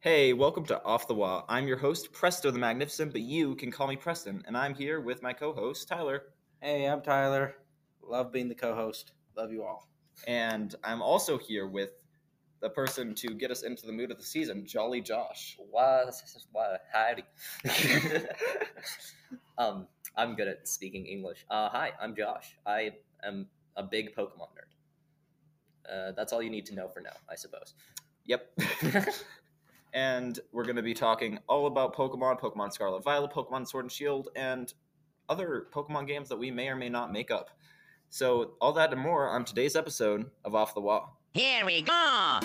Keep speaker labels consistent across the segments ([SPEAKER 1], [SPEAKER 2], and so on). [SPEAKER 1] Hey, welcome to Off the Wall. I'm your host, Presto the Magnificent, but you can call me Preston, and I'm here with my co host, Tyler.
[SPEAKER 2] Hey, I'm Tyler. Love being the co-host. Love you all.
[SPEAKER 1] And I'm also here with the person to get us into the mood of the season, Jolly Josh.
[SPEAKER 3] Wow, this is wow, howdy. um, I'm good at speaking English. Uh, hi, I'm Josh. I am a big Pokemon nerd. Uh, that's all you need to know for now, I suppose.
[SPEAKER 1] Yep. and we're going to be talking all about Pokemon, Pokemon Scarlet Violet, Pokemon Sword and Shield, and other Pokemon games that we may or may not make up. So, all that and more on today's episode of Off the Wall.
[SPEAKER 4] Here we go!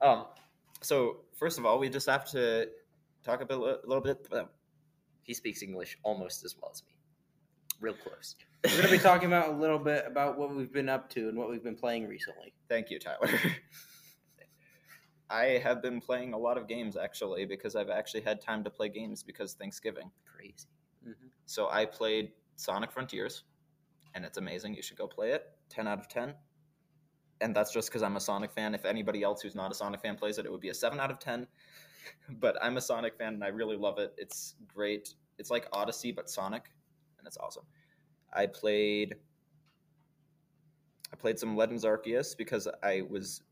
[SPEAKER 1] Um, so, first of all, we just have to talk a, bit, a little bit. About,
[SPEAKER 3] He speaks English almost as well as me. Real close.
[SPEAKER 2] We're going to be talking about a little bit about what we've been up to and what we've been playing recently.
[SPEAKER 1] Thank you, Tyler. I have been playing a lot of games actually because I've actually had time to play games because Thanksgiving.
[SPEAKER 3] Crazy.
[SPEAKER 1] So I played Sonic Frontiers, and it's amazing. You should go play it. 10 out of 10. And that's just because I'm a Sonic fan. If anybody else who's not a Sonic fan plays it, it would be a 7 out of 10. But I'm a Sonic fan, and I really love it. It's great. It's like Odyssey, but Sonic, and it's awesome. I played. I played some Legends Arceus because I was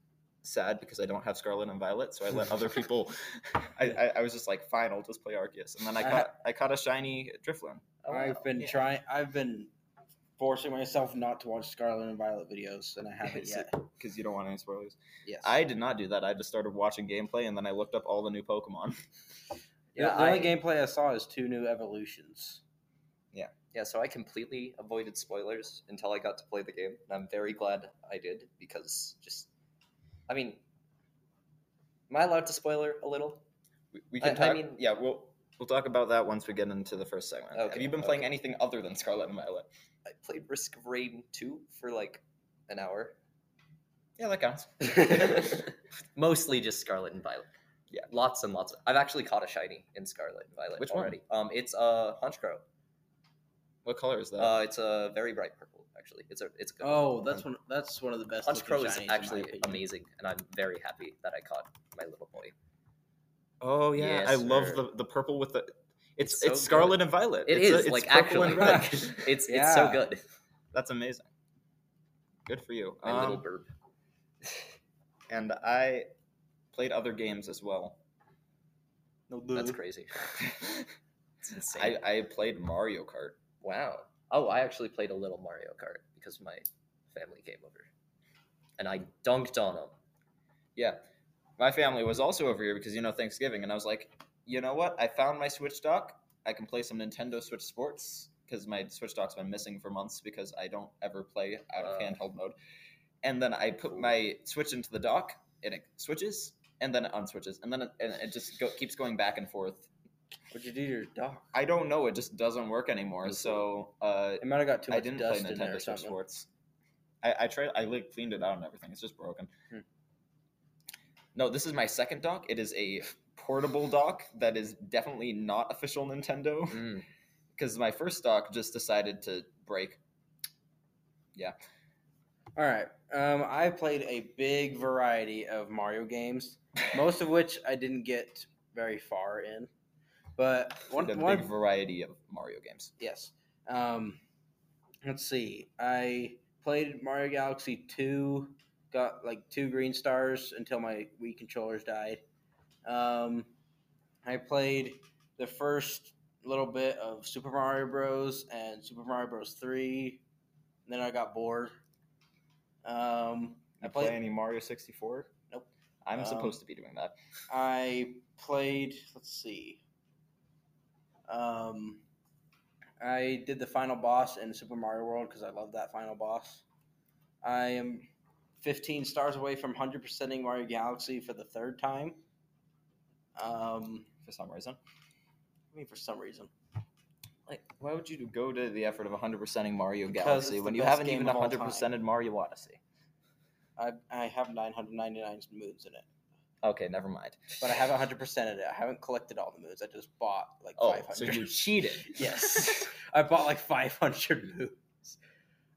[SPEAKER 1] sad because I don't have Scarlet and Violet, so I let other people. I, I, I was just like, fine, I'll just play Arceus, and then I caught I caught a shiny Drifloon.
[SPEAKER 3] Oh, wow.
[SPEAKER 2] I've been
[SPEAKER 3] Yeah.
[SPEAKER 2] trying. I've been forcing myself not to watch Scarlet and Violet videos, and I haven't yet.
[SPEAKER 1] because you don't want any spoilers.
[SPEAKER 2] Yes.
[SPEAKER 1] I did not do that. I just started watching gameplay and then I looked up all the new Pokemon.
[SPEAKER 2] The-
[SPEAKER 3] Yeah,
[SPEAKER 2] the
[SPEAKER 3] I,
[SPEAKER 2] only gameplay I saw is two new evolutions.
[SPEAKER 3] yeah, so I completely avoided spoilers until I got to play the game, and I'm very glad I did because just, I mean, am I allowed to spoiler a little?
[SPEAKER 1] We, we
[SPEAKER 3] I-
[SPEAKER 1] can
[SPEAKER 3] I
[SPEAKER 1] talk.
[SPEAKER 3] mean-
[SPEAKER 1] yeah, we'll we'll talk about that once we get into the first segment. Have
[SPEAKER 3] Okay,
[SPEAKER 1] you been playing
[SPEAKER 3] okay.
[SPEAKER 1] anything other than Scarlet and Violet?
[SPEAKER 3] I played Risk of Rain 2 for like an hour.
[SPEAKER 1] Yeah, that counts.
[SPEAKER 3] Mostly just Scarlet and Violet.
[SPEAKER 1] Yeah.
[SPEAKER 3] Lots and lots of. I've actually caught a shiny in Scarlet and Violet
[SPEAKER 1] Which one?
[SPEAKER 3] already. Um it's a uh, Honchkrow.
[SPEAKER 1] What color is that?
[SPEAKER 3] Uh it's a very bright purple actually. It's a it's a good
[SPEAKER 2] Oh, that's one. That's one of the best. looking
[SPEAKER 3] Honchkrow
[SPEAKER 2] shinies
[SPEAKER 3] is
[SPEAKER 2] in my
[SPEAKER 3] actually
[SPEAKER 2] opinion.
[SPEAKER 3] amazing and I'm very happy that I caught my little boy.
[SPEAKER 1] oh yeah,
[SPEAKER 3] yes,
[SPEAKER 1] I love
[SPEAKER 3] sir.
[SPEAKER 1] the the purple with the. It's it's,
[SPEAKER 3] It's so
[SPEAKER 1] Scarlet
[SPEAKER 3] good.
[SPEAKER 1] and Violet.
[SPEAKER 3] It
[SPEAKER 1] it's,
[SPEAKER 3] is
[SPEAKER 1] a- it's
[SPEAKER 3] like
[SPEAKER 1] purple
[SPEAKER 3] actually
[SPEAKER 1] and
[SPEAKER 3] like,
[SPEAKER 1] red.
[SPEAKER 3] it's it's so
[SPEAKER 2] Yeah.
[SPEAKER 3] good.
[SPEAKER 1] That's amazing. Good for you.
[SPEAKER 3] My little
[SPEAKER 1] Um,
[SPEAKER 3] burp.
[SPEAKER 1] and I played other games as well.
[SPEAKER 3] That's crazy. it's insane.
[SPEAKER 1] I, I played Mario Kart.
[SPEAKER 3] Wow. Oh, I actually played a little Mario Kart because my family came over, and I dunked on them.
[SPEAKER 1] Yeah. My family was also over here because, you know, Thanksgiving. And I was like, you know what? I found my Switch dock. I can play some Nintendo Switch Sports because my Switch dock's been missing for months because I don't ever play out of
[SPEAKER 3] Uh.
[SPEAKER 1] handheld mode. And then I put my Switch into the dock and it switches and then it unswitches. And then it, and it just go, keeps going back and forth.
[SPEAKER 2] What'd you do to your dog?
[SPEAKER 1] I don't know. It just doesn't work anymore.
[SPEAKER 3] That's
[SPEAKER 1] So uh,
[SPEAKER 2] It might have got too much
[SPEAKER 1] I didn't play
[SPEAKER 2] dust in there or
[SPEAKER 1] Nintendo Switch
[SPEAKER 2] something.
[SPEAKER 1] Sports. I, I tried. I like cleaned it out and everything. It's just broken.
[SPEAKER 2] Hmm.
[SPEAKER 1] No, this is my second dock. It is a portable dock that is definitely not official Nintendo
[SPEAKER 2] Hmm.
[SPEAKER 3] Mm,
[SPEAKER 1] because my first dock just decided to break.
[SPEAKER 2] All right. Um, I played a big variety of Mario games, most of which I didn't get very far in. But one,
[SPEAKER 1] One, a
[SPEAKER 2] one
[SPEAKER 1] big variety of Mario games.
[SPEAKER 2] yes. Um, let's see. I played Mario Galaxy Two, got like two green stars until my Wii controllers died. Um, I played the first little bit of Super Mario Bros. and Super Mario Bros. Three. and then I got bored. Um, I
[SPEAKER 1] You play,
[SPEAKER 2] played.
[SPEAKER 1] any Mario 64?
[SPEAKER 2] Nope.
[SPEAKER 1] I'm
[SPEAKER 2] Um,
[SPEAKER 1] supposed to be doing that.
[SPEAKER 2] I played. Let's see. Um, I did the final boss in Super Mario World because I love that final boss. I am 15 stars away from 100%ing Mario Galaxy for the third time. Um,
[SPEAKER 1] for some reason.
[SPEAKER 2] I mean, for some reason.
[SPEAKER 1] Like, why would you go to the effort of 100%ing Mario
[SPEAKER 2] Because
[SPEAKER 1] Galaxy
[SPEAKER 2] it's
[SPEAKER 1] when
[SPEAKER 2] the
[SPEAKER 1] you
[SPEAKER 2] best
[SPEAKER 1] haven't
[SPEAKER 2] game
[SPEAKER 1] even
[SPEAKER 2] of all
[SPEAKER 1] 100%ed Mario Odyssey?
[SPEAKER 2] I, I have 999 moons in it,
[SPEAKER 1] Okay, never mind.
[SPEAKER 2] but I haven't 100%ed it. I haven't collected all the moons. I just bought like
[SPEAKER 1] Oh,
[SPEAKER 2] 500.
[SPEAKER 1] so you cheated.
[SPEAKER 2] yes. I bought like 500 moons.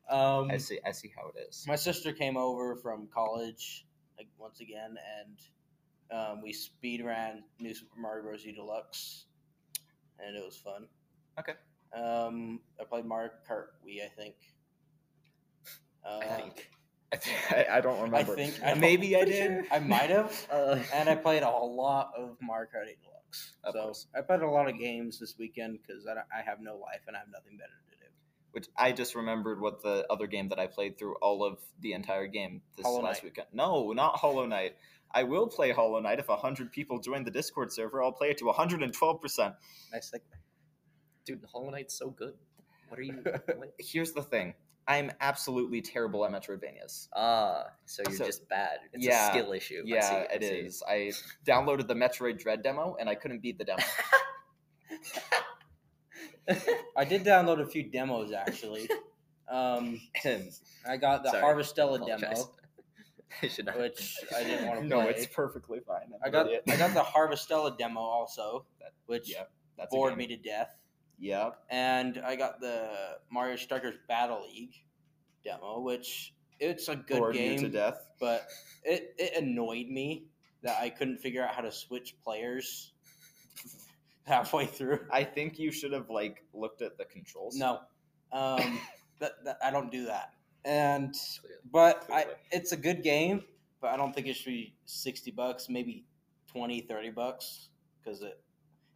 [SPEAKER 2] Um,
[SPEAKER 1] I see. I see how it is.
[SPEAKER 2] my sister came over from college like once again and um, we speed ran new super mario bros u deluxe and it was fun
[SPEAKER 1] Okay.
[SPEAKER 2] um, i played mario kart wii i think uh,
[SPEAKER 1] I think. I, think, I, I don't
[SPEAKER 2] i
[SPEAKER 1] remember.
[SPEAKER 2] think
[SPEAKER 1] Uh, maybe I
[SPEAKER 2] pretty
[SPEAKER 1] did.
[SPEAKER 2] sure i might have
[SPEAKER 1] Uh,
[SPEAKER 2] and i played a lot of mario kart 8 deluxe
[SPEAKER 1] Of
[SPEAKER 2] so
[SPEAKER 1] course.
[SPEAKER 2] i played a lot of games this weekend because I, don't- I have no life and i have nothing better to do
[SPEAKER 1] which I just remembered what the other game that I played through all of the entire game this
[SPEAKER 2] Hollow
[SPEAKER 1] last
[SPEAKER 2] Knight.
[SPEAKER 1] weekend. No, not Hollow Knight. I will play Hollow Knight if 100 people join the Discord server. I'll play it to 112%.
[SPEAKER 2] nice thing
[SPEAKER 3] Dude, Hollow Knight's so good. What are you? what?
[SPEAKER 1] Here's the thing I'm absolutely terrible at Metroidvanias.
[SPEAKER 3] Ah, so you're
[SPEAKER 1] So-
[SPEAKER 3] just bad. It's
[SPEAKER 1] Yeah,
[SPEAKER 3] a skill issue. I
[SPEAKER 1] Yeah,
[SPEAKER 3] see, I
[SPEAKER 1] it
[SPEAKER 3] see.
[SPEAKER 1] is. I downloaded the Metroid Dread demo and I couldn't beat the demo.
[SPEAKER 2] I did download a few demos actually. Um,
[SPEAKER 1] Tim,
[SPEAKER 2] I got the
[SPEAKER 3] Sorry,
[SPEAKER 2] Harvestella
[SPEAKER 3] Apologize.
[SPEAKER 2] demo,
[SPEAKER 3] I should not.
[SPEAKER 2] which I didn't want to
[SPEAKER 1] no,
[SPEAKER 2] play.
[SPEAKER 1] it's perfectly fine.
[SPEAKER 2] I got I got the Harvestella demo also,
[SPEAKER 1] That-
[SPEAKER 2] which
[SPEAKER 1] yeah, that's
[SPEAKER 2] bored me to death.
[SPEAKER 1] Yeah,
[SPEAKER 2] And I got the Mario Strikers Battle League demo, which it's a good
[SPEAKER 1] bored you
[SPEAKER 2] game,
[SPEAKER 1] to death.
[SPEAKER 2] but it, it annoyed me that I couldn't figure out how to switch players halfway through.
[SPEAKER 1] I think you should have like looked at the controls.
[SPEAKER 2] No, um, that, that, I don't do that. And
[SPEAKER 3] Clearly.
[SPEAKER 2] but I,
[SPEAKER 1] Clearly.
[SPEAKER 2] it's a good game, but I don't think it should be sixty bucks, maybe 20, 30 bucks, because it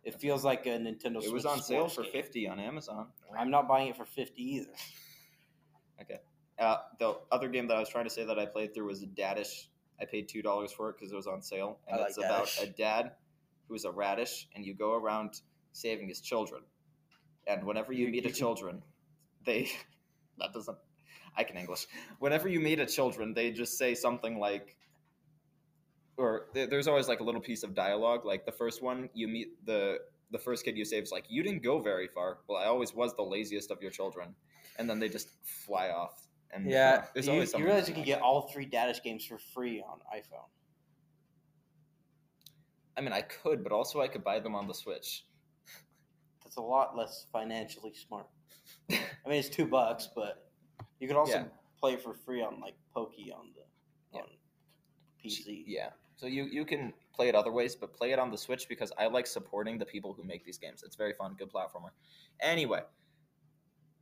[SPEAKER 2] it feels like a Nintendo.
[SPEAKER 1] it was
[SPEAKER 2] Switch
[SPEAKER 1] on sale
[SPEAKER 2] sports
[SPEAKER 1] for
[SPEAKER 2] game.
[SPEAKER 1] fifty on Amazon.
[SPEAKER 2] I'm not buying it for fifty either.
[SPEAKER 1] Uh, the other game that I was trying to say that I played through was Dadish. I paid two dollars for it because it was on sale, and
[SPEAKER 2] I like
[SPEAKER 1] it's about
[SPEAKER 2] Dadish.
[SPEAKER 1] a dad who is a radish, and you go around saving his children. And whenever you
[SPEAKER 2] You-
[SPEAKER 1] meet
[SPEAKER 2] you
[SPEAKER 1] a
[SPEAKER 2] can-
[SPEAKER 1] children, they that doesn't. I can English. Whenever you meet a children, they just say something like, or there- there's always like a little piece of dialogue. Like the first one, you meet the the first kid you save is like, you didn't go very far. Well, I always was the laziest of your children, and then they just fly off. And
[SPEAKER 2] Yeah,
[SPEAKER 1] there's
[SPEAKER 2] you,
[SPEAKER 1] always
[SPEAKER 2] you
[SPEAKER 1] something
[SPEAKER 2] realize
[SPEAKER 1] like
[SPEAKER 2] you can
[SPEAKER 1] that.
[SPEAKER 2] get all three Dadish games for free on iPhone.
[SPEAKER 1] I mean, I could, but also I could buy them on the Switch.
[SPEAKER 2] That's a lot less financially smart. I mean, it's two bucks, but you could also
[SPEAKER 1] Yeah.
[SPEAKER 2] play it for free on like Pokey on the
[SPEAKER 1] Yeah.
[SPEAKER 2] on PC.
[SPEAKER 1] Yeah. So you you can play it other ways, but play it on the Switch because I like supporting the people who make these games. It's very fun, good platformer. Anyway,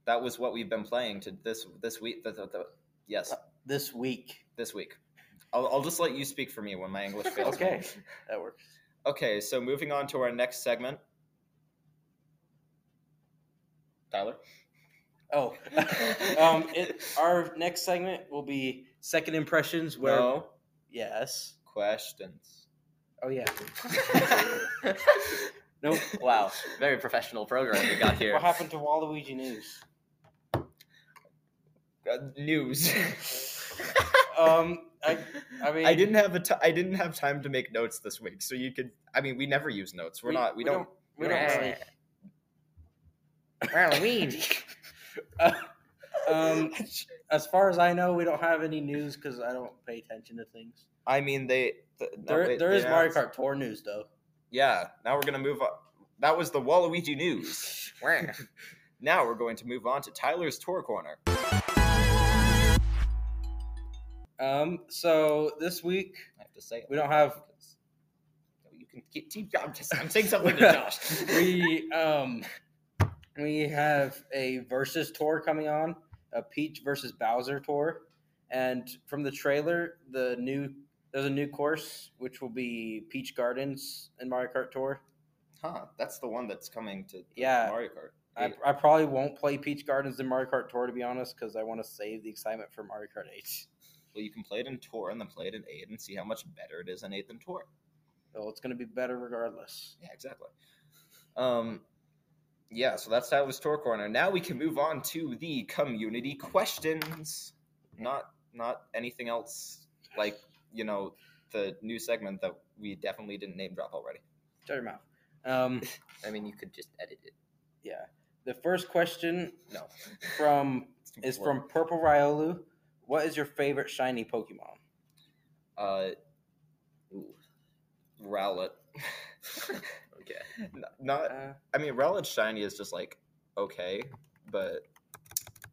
[SPEAKER 1] that was what we've been playing to this this week. The, the, the, yes,
[SPEAKER 2] This week,
[SPEAKER 1] this week. I'll, I'll just let you speak for me when my English fails. me.
[SPEAKER 2] Okay. that works.
[SPEAKER 1] Okay. So moving on to our next segment. Tyler.
[SPEAKER 2] Oh, um, it, our next segment will be second impressions. Where
[SPEAKER 1] no
[SPEAKER 2] yes,
[SPEAKER 1] questions. Uh,
[SPEAKER 2] oh yeah,
[SPEAKER 3] nope. Wow. Very professional program we got here.
[SPEAKER 2] what happened to Waluigi News?
[SPEAKER 1] Uh, news.
[SPEAKER 2] Um, I, I mean,
[SPEAKER 1] I didn't have a t- I didn't have time to make notes this week, so you could. I mean, we never use notes. We're not. We, don't.
[SPEAKER 2] We don't. Really,
[SPEAKER 3] Halloween.
[SPEAKER 2] um, as far as I know, we don't have any news because I don't pay attention to things.
[SPEAKER 1] I mean, they. th- no,
[SPEAKER 2] There,
[SPEAKER 1] they-
[SPEAKER 2] there
[SPEAKER 1] they
[SPEAKER 2] is Mario
[SPEAKER 1] announced-
[SPEAKER 2] Kart Tour news though.
[SPEAKER 1] Yeah. Now we're gonna move on. That was the Waluigi news. Now we're going to move on to Tyler's tour corner.
[SPEAKER 2] Um, so this week
[SPEAKER 1] I have to say it.
[SPEAKER 2] we don't have
[SPEAKER 1] No, you can keep. keep- I'm, just, I'm saying something to Josh.
[SPEAKER 2] we um we have a versus tour coming on a peach versus bowser tour and from the trailer the new there's a new course which will be peach gardens and mario kart tour
[SPEAKER 1] Huh? That's the one that's coming to
[SPEAKER 2] Yeah.
[SPEAKER 1] Mario Kart.
[SPEAKER 2] I, I probably won't play peach gardens and mario kart tour to be honest because i want to save the excitement for mario kart 8
[SPEAKER 1] Well, you can play it in Tor and then play it in Eight and see how much better it is in Eight than Tor.
[SPEAKER 2] Well, it's going to be better regardless.
[SPEAKER 1] Yeah, exactly. Um, yeah, so that's that was Tor Corner. Now we can move on to the community questions. Not not anything else like you know the new segment that we definitely didn't name drop already.
[SPEAKER 2] Shut your mouth. Um,
[SPEAKER 3] I mean, you could just edit it.
[SPEAKER 2] yeah. The first question
[SPEAKER 1] No,
[SPEAKER 2] from is from Purple Riolu. What is your favorite shiny Pokemon?
[SPEAKER 1] uh, ooh, Rowlet.
[SPEAKER 3] Okay.
[SPEAKER 1] N- not
[SPEAKER 2] Uh,
[SPEAKER 1] I mean Rowlet shiny is just like okay, but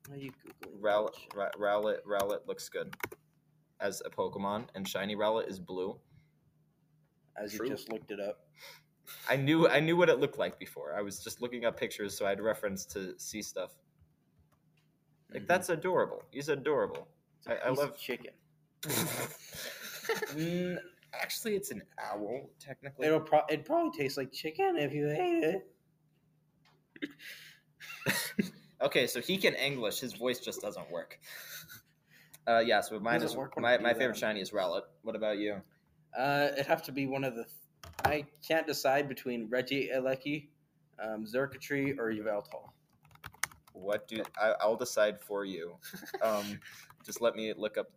[SPEAKER 2] why are you googling?
[SPEAKER 1] Rowlet,
[SPEAKER 2] that shit?
[SPEAKER 1] Ra- Rowlet, Rowlet looks good as a Pokemon, and shiny Rowlet is blue.
[SPEAKER 2] As you
[SPEAKER 3] True.
[SPEAKER 2] just looked it up.
[SPEAKER 1] I knew I knew what it looked like before. I was just looking up pictures so I had reference to see stuff. Like
[SPEAKER 2] Mhm.
[SPEAKER 1] that's adorable. He's adorable.
[SPEAKER 2] It's a
[SPEAKER 1] I- I
[SPEAKER 2] piece of
[SPEAKER 1] love-
[SPEAKER 2] chicken.
[SPEAKER 1] Mm, actually, it's an owl technically.
[SPEAKER 2] It'll pro- it probably tastes like chicken if you ate it.
[SPEAKER 1] Okay, so he can English. His voice just doesn't work. Uh, yeah, so mine
[SPEAKER 2] Doesn't
[SPEAKER 1] is
[SPEAKER 2] work when I
[SPEAKER 1] my,
[SPEAKER 2] do
[SPEAKER 1] my favorite
[SPEAKER 2] that.
[SPEAKER 1] shiny is Rowlet. What about you?
[SPEAKER 2] Uh, it'd have to be one of the. I can't decide between Reggie Alecki, um, Zerkatry, or Yveltal.
[SPEAKER 1] What do I, I'll decide for you. Um, just let me look up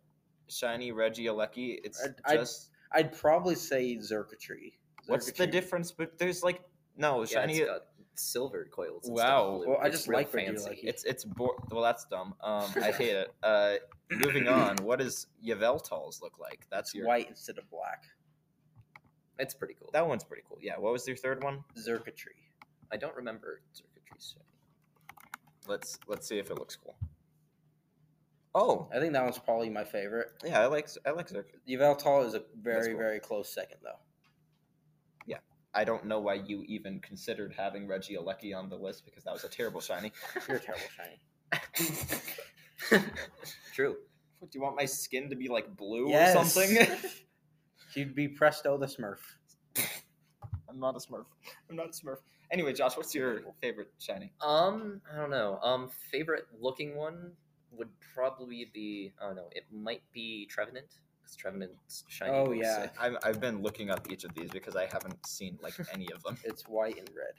[SPEAKER 1] shiny Reggie Alecki. It's
[SPEAKER 2] I'd- I'd-
[SPEAKER 1] just
[SPEAKER 2] I'd probably say Zerkatry.
[SPEAKER 1] what's the
[SPEAKER 2] Zerkatry.
[SPEAKER 1] difference? But there's like no
[SPEAKER 3] Yeah,
[SPEAKER 1] shiny.
[SPEAKER 3] it's got silver coils. and
[SPEAKER 1] Wow.
[SPEAKER 3] stuff.
[SPEAKER 2] Well, I
[SPEAKER 3] It's
[SPEAKER 2] just
[SPEAKER 3] real
[SPEAKER 2] like what you
[SPEAKER 3] fancy.
[SPEAKER 2] like.
[SPEAKER 1] It's it's bo- well that's dumb. Um, I hate it. Uh, moving on. What does Yveltal's look like? That's
[SPEAKER 2] It's
[SPEAKER 1] your
[SPEAKER 2] white instead of black.
[SPEAKER 3] It's pretty cool.
[SPEAKER 1] that one's pretty cool. Yeah. What was your third one?
[SPEAKER 2] Zerkatry.
[SPEAKER 3] I don't remember circuitry's shiny.
[SPEAKER 1] Let's let's see if it looks cool. Oh
[SPEAKER 2] I think that one's probably my favorite.
[SPEAKER 1] yeah, I like I like Zerk.
[SPEAKER 2] Yveltal is a very,
[SPEAKER 1] cool.
[SPEAKER 2] very close second, though.
[SPEAKER 1] I don't know why you even considered having Reggie Alecki on the list because that was a terrible shiny.
[SPEAKER 2] You're a terrible shiny.
[SPEAKER 3] True.
[SPEAKER 1] What, do you want my skin to be like blue
[SPEAKER 2] Yes.
[SPEAKER 1] or something?
[SPEAKER 2] You'd be Presto the Smurf.
[SPEAKER 1] I'm not a Smurf. I'm not a Smurf. Anyway, Josh, what's your favorite shiny?
[SPEAKER 3] Um, I don't know. Um, favorite looking one would probably be. Oh no, it might be Trevenant because Trevenant's shiny.
[SPEAKER 2] Oh,
[SPEAKER 3] looks
[SPEAKER 2] yeah.
[SPEAKER 3] sick.
[SPEAKER 1] I've, I've been looking up each of these because I haven't seen like any of them.
[SPEAKER 2] It's white and red.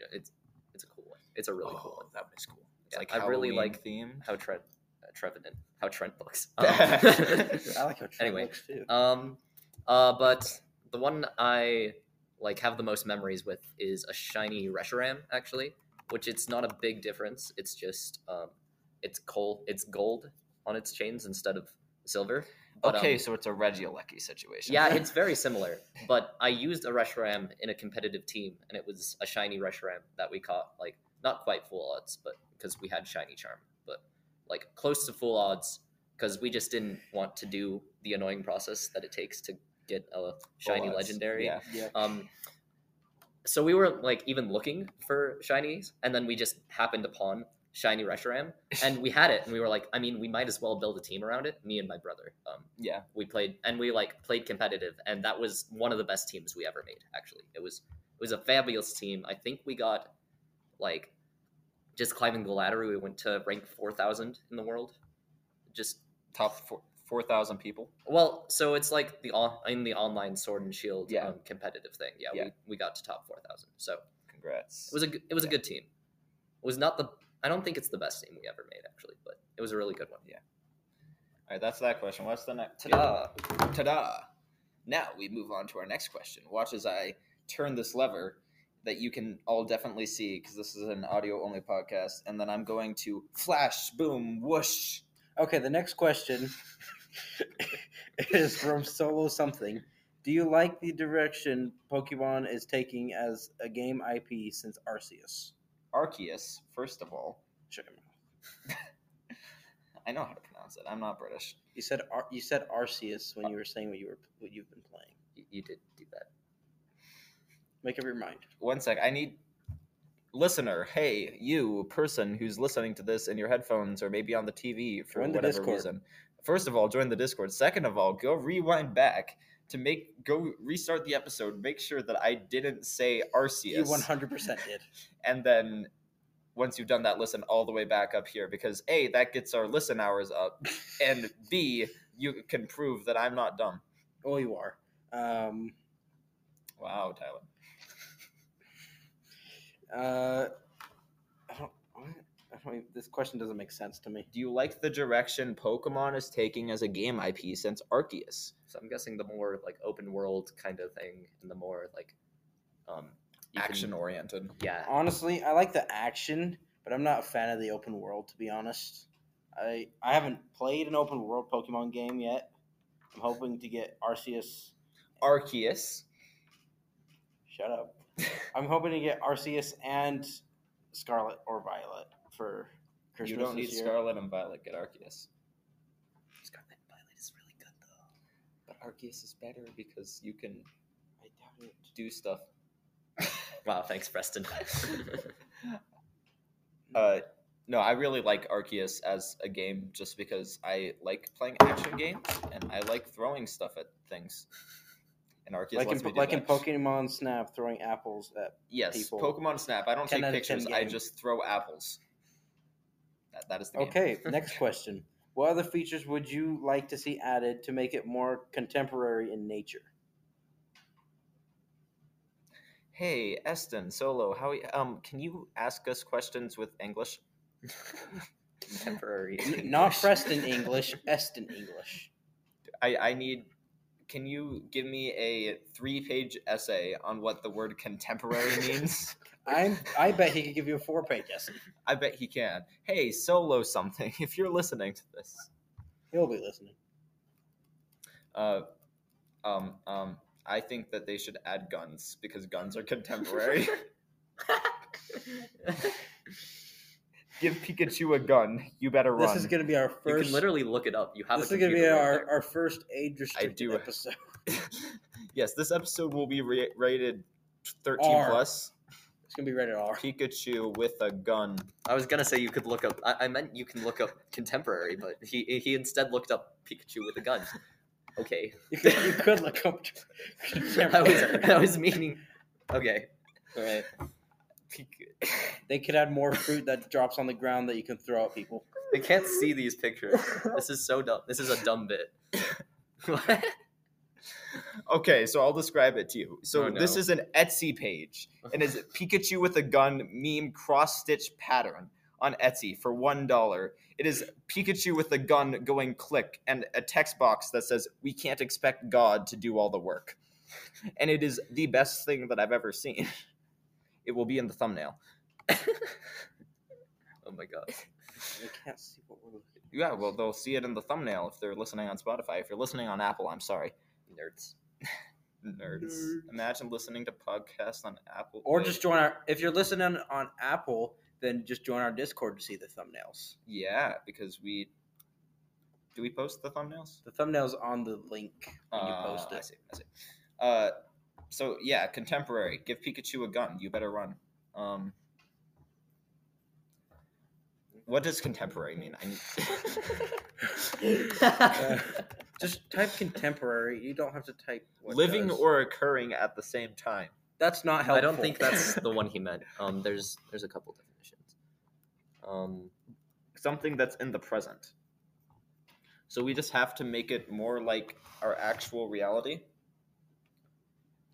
[SPEAKER 3] Yeah, it's it's a cool one. It's a really cool one.
[SPEAKER 1] Oh, That one is cool. It's
[SPEAKER 3] Yeah,
[SPEAKER 1] like
[SPEAKER 3] I really
[SPEAKER 1] Halloween
[SPEAKER 3] like-
[SPEAKER 1] themed.
[SPEAKER 3] How Tre- uh, Trevenant? How Trent looks. Um,
[SPEAKER 2] I like how Trent
[SPEAKER 3] Anyway,
[SPEAKER 2] looks too.
[SPEAKER 3] Um, uh, but the one I like have the most memories with is a shiny Reshiram, actually, which it's not a big difference. It's just um, it's cold, it's gold on its chains instead of silver. But,
[SPEAKER 1] okay,
[SPEAKER 3] um,
[SPEAKER 1] so it's a Reggie Alecki situation.
[SPEAKER 3] yeah, it's very similar. But I used a Reshiram in a competitive team, and it was a shiny Reshiram that we caught like not quite full odds, but because we had shiny charm, but like close to full odds because we just didn't want to do the annoying process that it takes to get a shiny
[SPEAKER 1] Bullets.
[SPEAKER 3] legendary.
[SPEAKER 1] Yeah.
[SPEAKER 2] Yeah.
[SPEAKER 3] Um, so we were like even looking for shinies, and then we just happened upon shiny Reshiram, and we had it, and we were like, I mean, we might as well build a team around it. Me and my brother. Um,
[SPEAKER 1] Yeah.
[SPEAKER 3] we played and we like played competitive and that was one of the best teams we ever made actually it was it was a fabulous team i think we got like just climbing the ladder we went to rank 4000 in the world just
[SPEAKER 1] Top four- 4,000 people.
[SPEAKER 3] well so it's like the on in the online sword and shield
[SPEAKER 1] Yeah.
[SPEAKER 3] um, competitive thing yeah,
[SPEAKER 1] Yeah.
[SPEAKER 3] We, we got to top 4000 so
[SPEAKER 1] Congrats.
[SPEAKER 3] it was a g- it was a good team it was not the i don't think it's the best team we ever made actually but it was a really good one
[SPEAKER 1] All right, that's that question. What's the next?
[SPEAKER 3] ta
[SPEAKER 1] Ta-da! Now we move on to our next question. Watch as I turn this lever that you can all definitely see because this is an audio-only podcast, and then I'm going to flash, boom, whoosh.
[SPEAKER 2] Okay, the next question is from Solo Something. Do you like the direction Pokemon is taking as a game IP since Arceus?
[SPEAKER 1] Arceus, first of all.
[SPEAKER 2] Shut your mouth.
[SPEAKER 1] I know how to pronounce it. I'm not British.
[SPEAKER 2] You said Ar- you said Arceus when you were saying what you were what you've been playing.
[SPEAKER 3] you, you did do that
[SPEAKER 2] Make up your mind.
[SPEAKER 1] One sec. I need listener. Hey, you person who's listening to this in your headphones or maybe on the TV for
[SPEAKER 2] Join the
[SPEAKER 1] whatever
[SPEAKER 2] Discord.
[SPEAKER 1] reason. First of all, join the Discord. Second of all, go rewind back to make go restart the episode. Make sure that I didn't say
[SPEAKER 2] You
[SPEAKER 1] Arceus.
[SPEAKER 2] one hundred percent did.
[SPEAKER 1] and then once you've done that, listen all the way back up here because a that gets our listen hours up, and b you can prove that I'm not dumb.
[SPEAKER 2] Oh, you are. Um,
[SPEAKER 1] Wow, Tyler.
[SPEAKER 2] uh, I don't. what? I don't even, this question doesn't make sense to me.
[SPEAKER 1] Do you like the direction Pokemon is taking as a game IP since Arceus?
[SPEAKER 3] So I'm guessing the more like open world kind of thing, and the more like um you can-
[SPEAKER 1] Action oriented.
[SPEAKER 3] yeah,
[SPEAKER 2] Honestly, I like the action, but I'm not a fan of the open world. To be honest, I I haven't played an open world Pokemon game yet. I'm hoping to get Arceus.
[SPEAKER 1] Arceus.
[SPEAKER 2] Shut up. I'm hoping to get Arceus and Scarlet or Violet for Christmas
[SPEAKER 1] you don't need
[SPEAKER 2] this year.
[SPEAKER 1] Scarlet and Violet. Get Arceus.
[SPEAKER 3] Scarlet and Violet is really good though.
[SPEAKER 1] But Arceus is better because you can
[SPEAKER 2] I doubt it.
[SPEAKER 1] do stuff.
[SPEAKER 3] Wow, thanks, Preston.
[SPEAKER 2] Hmm.
[SPEAKER 1] Uh, no, I really like Arceus as a game just because I like playing action games and I like throwing stuff at things. And Arceus
[SPEAKER 2] Like in,
[SPEAKER 1] lets me
[SPEAKER 2] po-
[SPEAKER 1] do
[SPEAKER 2] like
[SPEAKER 1] that.
[SPEAKER 2] in Pokemon Snap, throwing apples at
[SPEAKER 1] Yes,
[SPEAKER 2] people.
[SPEAKER 1] Pokemon Snap. I don't
[SPEAKER 2] 10
[SPEAKER 1] take
[SPEAKER 2] out of 10
[SPEAKER 1] pictures. I
[SPEAKER 2] game.
[SPEAKER 1] just throw apples. That, that is the game.
[SPEAKER 2] Okay, next question. What other features would you like to see added to make it more contemporary in nature?
[SPEAKER 1] Hey, Eston, Solo, how y- um can you ask us questions with English?
[SPEAKER 3] Temporary.
[SPEAKER 2] N- Not
[SPEAKER 3] English.
[SPEAKER 2] Preston English, Eston English.
[SPEAKER 1] I I need can you give me a three-page essay on what the word contemporary means?
[SPEAKER 2] I'm. I bet he could give you a four-page essay.
[SPEAKER 1] I bet he can. Hey, Solo something, if you're listening to this.
[SPEAKER 2] He'll be listening.
[SPEAKER 1] Uh um um I think that they should add guns because guns are contemporary. Give Pikachu a gun, you better run.
[SPEAKER 2] This is going to be our
[SPEAKER 3] you
[SPEAKER 2] first.
[SPEAKER 3] can literally look it up. You have
[SPEAKER 2] this
[SPEAKER 3] a
[SPEAKER 2] is going to be
[SPEAKER 3] computer right
[SPEAKER 2] our,
[SPEAKER 3] there.
[SPEAKER 2] our first age-restricted
[SPEAKER 1] do-
[SPEAKER 2] episode.
[SPEAKER 1] yes, this episode will be ra- rated 13
[SPEAKER 2] R.
[SPEAKER 1] plus.
[SPEAKER 2] It's going to be rated R.
[SPEAKER 1] Pikachu with a gun.
[SPEAKER 3] I was gonna say you could look up. I, I meant you can look up contemporary, but he he instead looked up Pikachu with a gun. Okay,
[SPEAKER 2] You could, you could look up.
[SPEAKER 3] I was I was meaning. Okay, all right. Pik-
[SPEAKER 2] They could add more fruit that drops on the ground that you can throw at people.
[SPEAKER 3] They can't see these pictures. This is so dumb. This is a dumb bit. What?
[SPEAKER 1] Okay, so I'll describe it to you. So
[SPEAKER 3] Oh, no.
[SPEAKER 1] this is an Etsy page, and it's Pikachu with a gun meme cross stitch pattern on Etsy for one dollar. It is Pikachu with a gun going click, and a text box that says "We can't expect God to do all the work," and it is the best thing that I've ever seen. It will be in the thumbnail.
[SPEAKER 3] Oh my god.
[SPEAKER 2] They can't see what we're looking.
[SPEAKER 1] Yeah, well, they'll see it in the thumbnail if they're listening on Spotify. If you're listening on Apple, I'm sorry.
[SPEAKER 3] Nerds.
[SPEAKER 1] Nerds.
[SPEAKER 2] Nerds.
[SPEAKER 1] Imagine listening to podcasts on Apple.
[SPEAKER 2] Or
[SPEAKER 1] Wait,
[SPEAKER 2] just join our. If you're listening on Apple, then just join our Discord to see the thumbnails.
[SPEAKER 1] Yeah, because we. Do we post the thumbnails?
[SPEAKER 2] The thumbnails on the link when you
[SPEAKER 1] Uh,
[SPEAKER 2] post
[SPEAKER 1] I
[SPEAKER 2] it.
[SPEAKER 1] see. I see. Uh, so yeah, contemporary. Give Pikachu a gun. You better run. Um, what does contemporary mean? I
[SPEAKER 2] Just type contemporary. You don't have to type what
[SPEAKER 1] living
[SPEAKER 2] does.
[SPEAKER 1] or occurring at the same time.
[SPEAKER 2] That's not helpful.
[SPEAKER 3] I don't think that's the one he meant. Um, there's there's a couple definitions. Um,
[SPEAKER 1] something that's in the present. So we just have to make it more like our actual reality.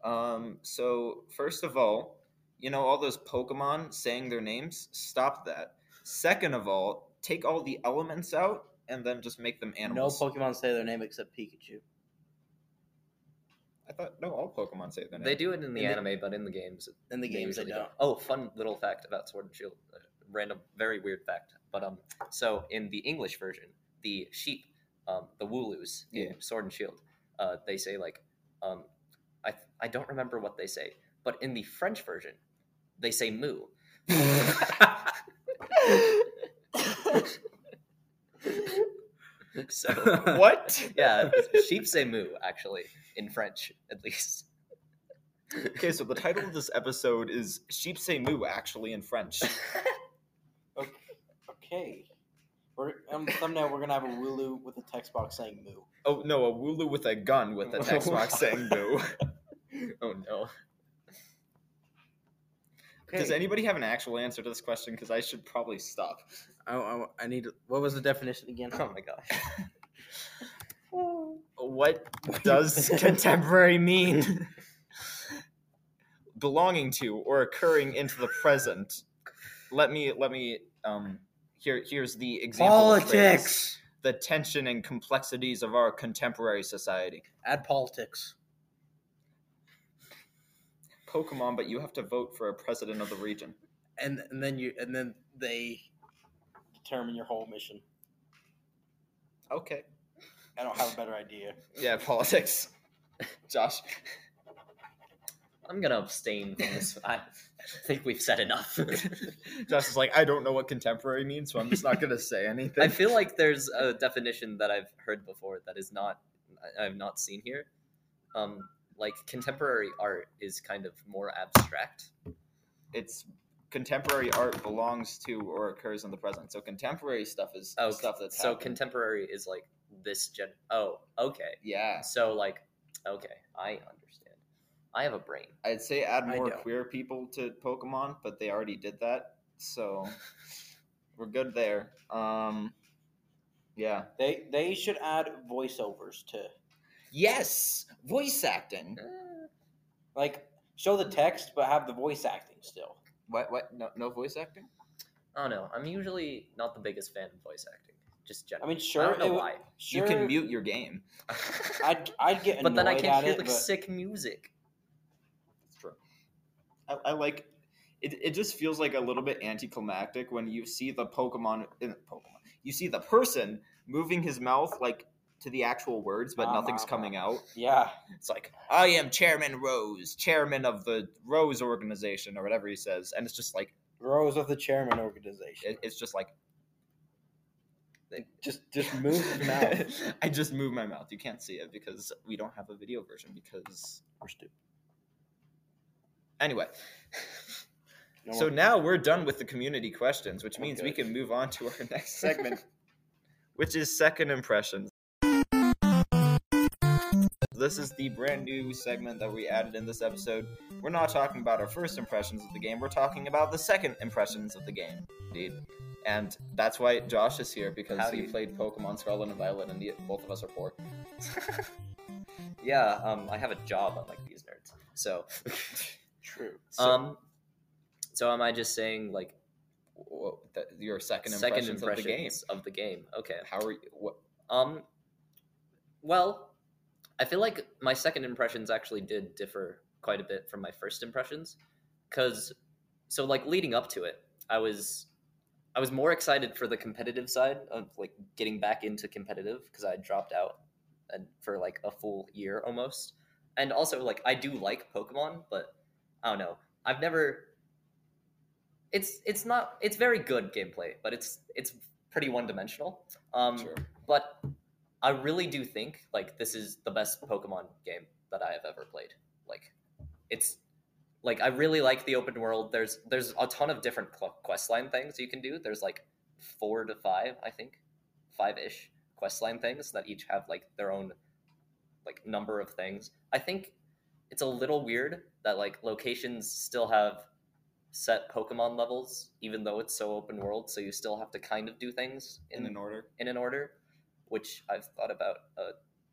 [SPEAKER 1] Um, so first of all, you know all those Pokemon saying their names. Stop that. Second of all, take all the elements out and then just make them animals.
[SPEAKER 2] No Pokemon say their name except Pikachu.
[SPEAKER 1] I thought no, all Pokemon say their name.
[SPEAKER 3] they do it uh, in the
[SPEAKER 2] In the-
[SPEAKER 3] anime, but in the games,
[SPEAKER 2] In the games, they
[SPEAKER 3] usually
[SPEAKER 2] don't.
[SPEAKER 3] Oh, fun little fact about Sword and Shield. Uh, Random, very weird fact. But um, so in the English version, the sheep, um, the Wooloos in
[SPEAKER 1] Yeah.
[SPEAKER 3] Sword and Shield, uh, they say like, um, I I don't remember what they say, but in the French version, they say moo. so
[SPEAKER 1] What?
[SPEAKER 3] yeah, sheep say moo actually in French at least.
[SPEAKER 1] okay, so the title of this episode is "Sheep Say Moo" actually in French.
[SPEAKER 2] Okay. We're, on the thumbnail, we're gonna have a Wooloo with a text box saying "Moo."
[SPEAKER 1] Oh no, a Wooloo with a gun with an Xbox saying boo.
[SPEAKER 3] oh no.
[SPEAKER 1] Does anybody have an actual answer to this question? Because I should probably stop.
[SPEAKER 2] I, I, I need. to- What was the definition again?
[SPEAKER 3] Oh my gosh.
[SPEAKER 1] what does contemporary mean? Belonging to or occurring into the present. Let me let me um here here's the example. of phrase.
[SPEAKER 2] Politics.
[SPEAKER 1] The tension and complexities of our contemporary society.
[SPEAKER 2] Add politics.
[SPEAKER 1] Pokemon, but you have to vote for a president of the region.
[SPEAKER 2] and and then you and then they determine your whole mission.
[SPEAKER 1] Okay.
[SPEAKER 2] I don't have a better idea.
[SPEAKER 1] Yeah, politics. Josh.
[SPEAKER 3] I'm gonna abstain from this. I think we've said enough.
[SPEAKER 1] Josh is like, I don't know what contemporary means, so I'm just not gonna say anything.
[SPEAKER 3] I feel like there's a definition that I've heard before that is not I- I've not seen here. Um, like contemporary art is kind of more abstract.
[SPEAKER 1] it's contemporary art belongs to or occurs in the present. So contemporary stuff is
[SPEAKER 3] Oh,
[SPEAKER 1] stuff that's
[SPEAKER 3] so
[SPEAKER 1] happened.
[SPEAKER 3] contemporary is like this gen. Oh, okay.
[SPEAKER 1] yeah.
[SPEAKER 3] So like, okay, I understand. I have a brain.
[SPEAKER 1] I'd say add
[SPEAKER 2] I
[SPEAKER 1] more
[SPEAKER 2] don't.
[SPEAKER 1] queer people to Pokemon, but they already did that, so we're good there. Um, yeah.
[SPEAKER 2] They they should add voiceovers to
[SPEAKER 1] Yes, voice acting.
[SPEAKER 3] Uh,
[SPEAKER 2] like show the text but have the voice acting still.
[SPEAKER 1] What? What? No, no voice acting.
[SPEAKER 3] I don't know. Oh, I'm usually not the biggest fan of voice acting, just
[SPEAKER 2] I
[SPEAKER 3] generally.
[SPEAKER 2] mean, sure,
[SPEAKER 3] don't know
[SPEAKER 2] it would-
[SPEAKER 3] why.
[SPEAKER 2] Sure,
[SPEAKER 1] You can mute your game.
[SPEAKER 2] I'd I'd get annoyed
[SPEAKER 3] but then I
[SPEAKER 2] at
[SPEAKER 3] can hear
[SPEAKER 2] it,
[SPEAKER 3] like
[SPEAKER 2] but
[SPEAKER 3] sick music.
[SPEAKER 1] That's true. I, I like it. It just feels like a little bit anticlimactic when you see the Pokemon in Pokemon. You see the person moving his mouth like to the actual words, but
[SPEAKER 2] Ah,
[SPEAKER 1] nothing's
[SPEAKER 2] ah,
[SPEAKER 1] coming out.
[SPEAKER 2] yeah,
[SPEAKER 1] It's like I am Chairman Rose, Chairman of the Rose Organization, or whatever he says, and it's just like
[SPEAKER 2] rows of the chairman organization.
[SPEAKER 1] it, it's just like
[SPEAKER 2] just just move his mouth.
[SPEAKER 1] I just move my mouth. You can't see it because we don't have a video version. Because
[SPEAKER 2] We're stupid.
[SPEAKER 1] anyway,
[SPEAKER 2] No
[SPEAKER 1] so
[SPEAKER 2] one-
[SPEAKER 1] now we're done with the community questions, which
[SPEAKER 2] Oh,
[SPEAKER 1] means we
[SPEAKER 2] good.
[SPEAKER 1] can move on to our next segment, which is second impressions. This is the brand new segment that we added in this episode. We're not talking about our first impressions of the game, we're talking about the second impressions of the game. Indeed. And that's why Josh is here because
[SPEAKER 3] Howdy.
[SPEAKER 1] he played Pokemon Scarlet and Violet, and yet both of us are poor.
[SPEAKER 3] Yeah, um, I have a job unlike these nerds. So,
[SPEAKER 2] true.
[SPEAKER 1] So-
[SPEAKER 3] um, so am I just saying like
[SPEAKER 1] Wha- the- your second
[SPEAKER 3] second
[SPEAKER 1] impressions,
[SPEAKER 3] impressions,
[SPEAKER 1] of the game.
[SPEAKER 3] of the game? Okay.
[SPEAKER 1] How are you? What,
[SPEAKER 3] Um, well, I feel like my second impressions actually did differ quite a bit from my first impressions, because so like leading up to it, I was I was more excited for the competitive side of like getting back into competitive because I had dropped out and for like a full year almost, and also like I do like Pokemon, but I don't know, I've never. It's it's not it's very good gameplay, but it's it's pretty one dimensional. Um,
[SPEAKER 1] sure.
[SPEAKER 3] but I really do think like this is the best Pokemon game that I have ever played. Like it's like I really like the open world. There's there's a ton of different cl- questline things you can do. There's like four to five, I think, five ish questline things that each have like their own like number of things. I think it's a little weird that like locations still have set Pokemon levels, even though it's so open world. So you still have to kind of do things
[SPEAKER 1] In an order.
[SPEAKER 3] in an order, which I've thought about a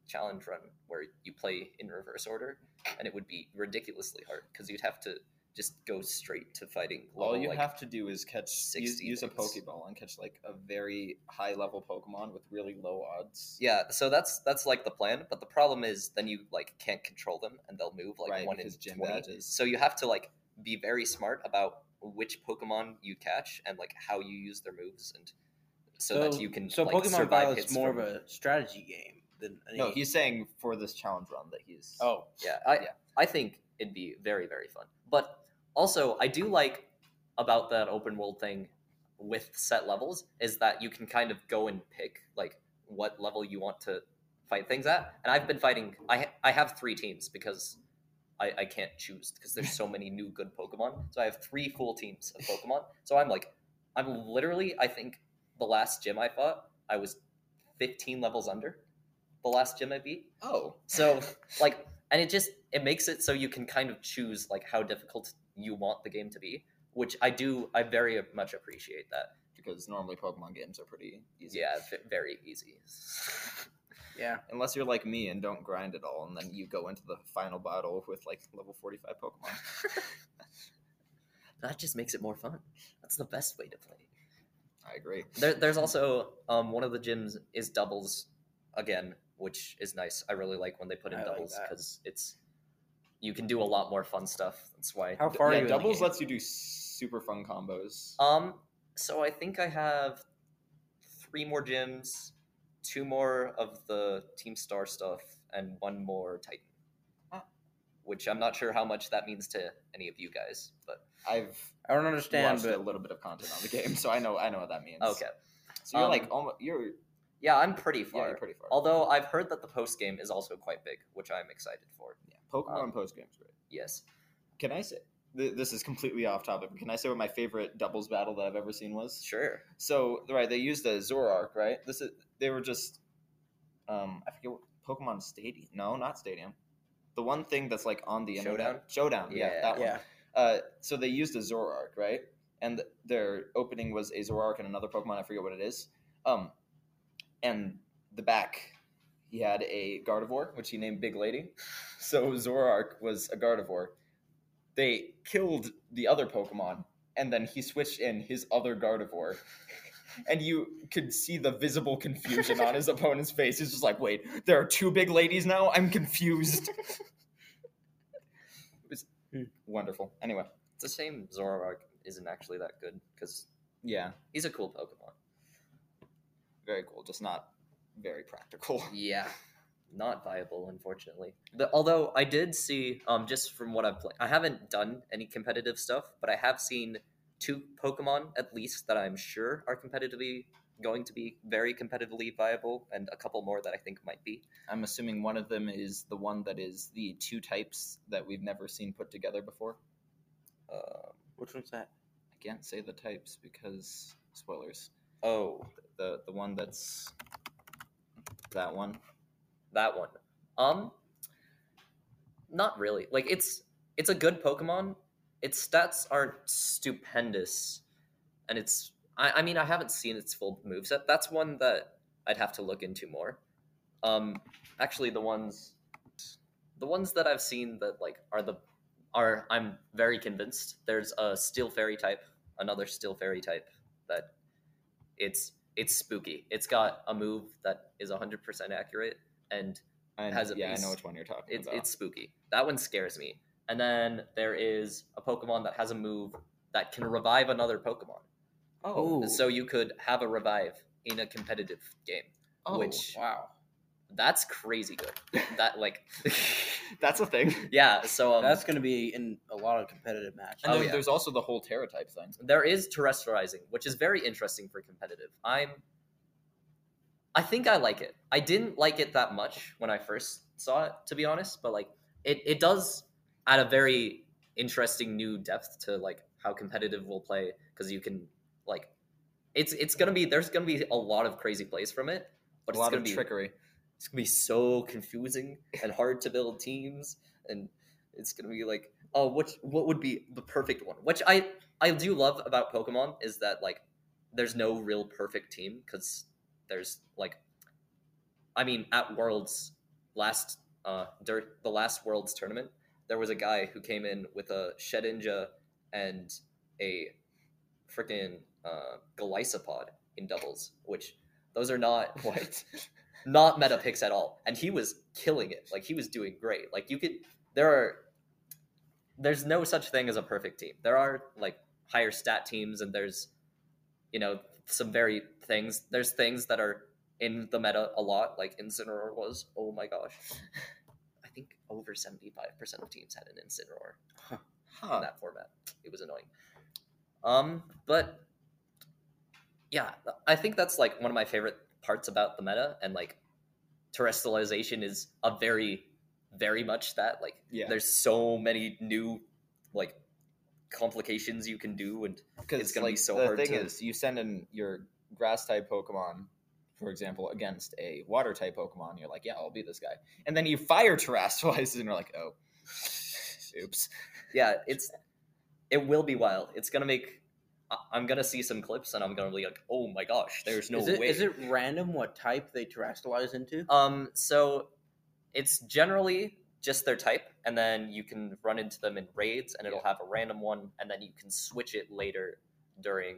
[SPEAKER 3] challenge run where you play in reverse order, and it would be ridiculously hard because you'd have to just go straight to fighting.
[SPEAKER 1] All
[SPEAKER 3] level,
[SPEAKER 1] you
[SPEAKER 3] like-
[SPEAKER 1] have to do is catch use,
[SPEAKER 3] 60
[SPEAKER 1] use a
[SPEAKER 3] things.
[SPEAKER 1] Pokeball and catch like a very high level Pokemon with really low odds.
[SPEAKER 3] Yeah, so that's that's like the plan, but the problem is then you like can't control them and they'll move like
[SPEAKER 1] Right,
[SPEAKER 3] one in
[SPEAKER 1] because gym
[SPEAKER 3] twenty.
[SPEAKER 1] badges.
[SPEAKER 3] So you have to like be very smart about which Pokemon you catch and like how you use their moves and so, that you can
[SPEAKER 2] so
[SPEAKER 3] like,
[SPEAKER 2] Pokemon
[SPEAKER 3] survive
[SPEAKER 2] Violet's
[SPEAKER 3] hits
[SPEAKER 2] more
[SPEAKER 3] from-
[SPEAKER 2] of a strategy game than any
[SPEAKER 1] No, he's saying for this challenge run that he's.
[SPEAKER 2] oh
[SPEAKER 3] Yeah, I
[SPEAKER 1] Yeah.
[SPEAKER 3] I think it'd be very very fun. But also, I do like about that open world thing with set levels is that you can kind of go and pick like what level you want to fight things at. And I've been fighting. I ha- I have three teams because. I, I can't choose because there's so many new good Pokemon. So I have three full teams of Pokemon. So I'm like, I'm literally, I think the last gym I fought, I was 15 levels under the last gym I beat.
[SPEAKER 1] Oh.
[SPEAKER 3] So like and it just it makes it so you can kind of choose like how difficult you want the game to be, which I do I very much appreciate that.
[SPEAKER 1] Because normally Pokemon games are pretty easy.
[SPEAKER 3] Yeah, v- very easy.
[SPEAKER 2] Yeah.
[SPEAKER 1] Unless you're like me and don't grind at all, and then you go into the final battle with like level 45 Pokemon.
[SPEAKER 3] that just makes it more fun. That's the best way to play.
[SPEAKER 1] I agree.
[SPEAKER 3] There, there's also um, one of the gyms is doubles again, which is nice. I really like when they put in
[SPEAKER 2] I like
[SPEAKER 3] doubles
[SPEAKER 2] that.
[SPEAKER 3] because it's you can do a lot more fun stuff. That's why.
[SPEAKER 2] How far are
[SPEAKER 1] yeah,
[SPEAKER 2] you?
[SPEAKER 1] doubles
[SPEAKER 2] In
[SPEAKER 1] lets you do super fun combos.
[SPEAKER 3] Um, so I think I have three more gyms, two more of the Team Star stuff, and one more Titan.
[SPEAKER 1] Ah.
[SPEAKER 3] Which I'm not sure how much that means to any of you guys, but
[SPEAKER 1] I've
[SPEAKER 2] I don't understand,
[SPEAKER 1] watched
[SPEAKER 2] but
[SPEAKER 1] a little bit of content on the game, so I know I know what that means.
[SPEAKER 3] okay.
[SPEAKER 1] So you're
[SPEAKER 3] Um,
[SPEAKER 1] like almost you're,
[SPEAKER 3] Yeah, I'm pretty
[SPEAKER 1] yeah,
[SPEAKER 3] far.
[SPEAKER 1] you're pretty far.
[SPEAKER 3] Although I've heard that the post game is also quite big, which I'm excited for.
[SPEAKER 1] yeah, Pokemon
[SPEAKER 3] um,
[SPEAKER 1] post game's great.
[SPEAKER 3] Yes.
[SPEAKER 1] Can I say th- this is completely off topic? but Can I say what my favorite doubles battle that I've ever seen was?
[SPEAKER 3] Sure.
[SPEAKER 1] So right, they used a Zoroark, right? This is they were just um I forget what Pokemon Stadium. No, not Stadium. The one thing that's like on the internet. Showdown. Yeah,
[SPEAKER 3] Yeah,
[SPEAKER 1] that one.
[SPEAKER 2] yeah,
[SPEAKER 1] Uh, so they used a Zoroark, right? And th- their opening was a Zoroark and another Pokemon. I forget what it is. Um, and the back, he had a Gardevoir, which he named Big Lady. So Zoroark was a Gardevoir. They killed the other Pokemon, and then he switched in his other Gardevoir. And you could see the visible confusion on his opponent's face. He's just like, wait, there are two big ladies now? I'm confused. it was
[SPEAKER 2] Hmm.
[SPEAKER 1] wonderful. Anyway.
[SPEAKER 3] It's a shame Zoroark isn't actually that good because
[SPEAKER 1] Yeah,
[SPEAKER 3] he's a cool Pokemon.
[SPEAKER 1] very cool. Just not very practical.
[SPEAKER 3] Yeah. Not viable, unfortunately. The, although I did see, um, just from what I've played, I haven't done any competitive stuff, but I have seen two Pokemon at least that I'm sure are competitively going to be very competitively viable, and a couple more that I think might be.
[SPEAKER 1] I'm assuming one of them is the one that is the two types that we've never seen put together before.
[SPEAKER 3] Um,
[SPEAKER 2] which one's that?
[SPEAKER 1] I can't say the types because spoilers.
[SPEAKER 3] oh,
[SPEAKER 1] The the one that's that one.
[SPEAKER 3] that one. Um, not really. Like it's it's a good Pokemon. Its stats aren't stupendous, and it's I, I mean I haven't seen its full moveset. That's one that I'd have to look into more. Um, actually, the ones the ones that I've seen that like are the are I'm very convinced. There's a Steel Fairy type, another Steel Fairy type that it's it's spooky. It's got a move that is 100% accurate and
[SPEAKER 1] I
[SPEAKER 3] Has a
[SPEAKER 1] yeah, I
[SPEAKER 3] piece.
[SPEAKER 1] know which one you're
[SPEAKER 2] Oh
[SPEAKER 1] talking
[SPEAKER 3] it's,
[SPEAKER 1] about.
[SPEAKER 3] it's spooky. That one scares me. And then there is a Pokemon that has a move that can revive another Pokemon.
[SPEAKER 2] Oh,
[SPEAKER 3] So you could have a revive in a competitive game.
[SPEAKER 1] Oh,
[SPEAKER 3] which-
[SPEAKER 2] wow,
[SPEAKER 3] That's crazy good. That like,
[SPEAKER 1] that's a thing.
[SPEAKER 3] yeah. So um,
[SPEAKER 2] that's going to be in a lot of competitive matches.
[SPEAKER 1] And
[SPEAKER 3] Oh,
[SPEAKER 1] then
[SPEAKER 3] yeah.
[SPEAKER 1] there's also the whole Terra type thing.
[SPEAKER 3] there is terrestrializing, which is very interesting for competitive. I'm, I think I like it. I didn't like it that much when I first saw it, to be honest. But like, it it does add a very interesting new depth to like how competitive will play because you can like, it's it's gonna be there's gonna be a lot of crazy plays from it,
[SPEAKER 1] a
[SPEAKER 3] but it's
[SPEAKER 1] lot
[SPEAKER 3] gonna
[SPEAKER 1] of
[SPEAKER 3] be
[SPEAKER 1] trickery.
[SPEAKER 3] it's gonna be so confusing and hard to build teams and it's gonna be like oh which what would be the perfect one which i i do love about pokemon is that like there's no real perfect team because there's like i mean at worlds last uh during the last worlds tournament there was a guy who came in with a shedinja and a freaking uh Galisopod in doubles which those are not
[SPEAKER 1] What?
[SPEAKER 3] not meta picks at all and he was killing it like he was doing great like you could there are there's no such thing as a perfect team there are like higher stat teams and there's you know some very things there's things that are in the meta a lot like incineroar was oh my gosh i think over 75% of teams had an incineroar in
[SPEAKER 1] Huh.
[SPEAKER 3] Oh, that format. It was annoying. Um, but yeah, I think that's like one of my favorite parts about the meta, and like terrestrialization is a very, very much that. Like,
[SPEAKER 1] Yeah.
[SPEAKER 3] there's so many new like complications you can do, and
[SPEAKER 1] because
[SPEAKER 3] It's gonna be
[SPEAKER 1] like,
[SPEAKER 3] so
[SPEAKER 1] the
[SPEAKER 3] hard
[SPEAKER 1] thing
[SPEAKER 3] to-
[SPEAKER 1] is you send in your grass type pokemon for example against a water type pokemon you're like yeah i'll be this guy and then you fire terrestrializes and you're like oh oops
[SPEAKER 3] yeah, it's it will be wild. It's gonna make. I, I'm gonna see some clips and I'm gonna be like, oh my gosh, there's no
[SPEAKER 2] is it,
[SPEAKER 3] way.
[SPEAKER 2] Is it random what type they terrestrialize into?
[SPEAKER 3] Um, so it's generally just their type, and then you can run into them in raids, and it'll have a random one, and then you can switch it later during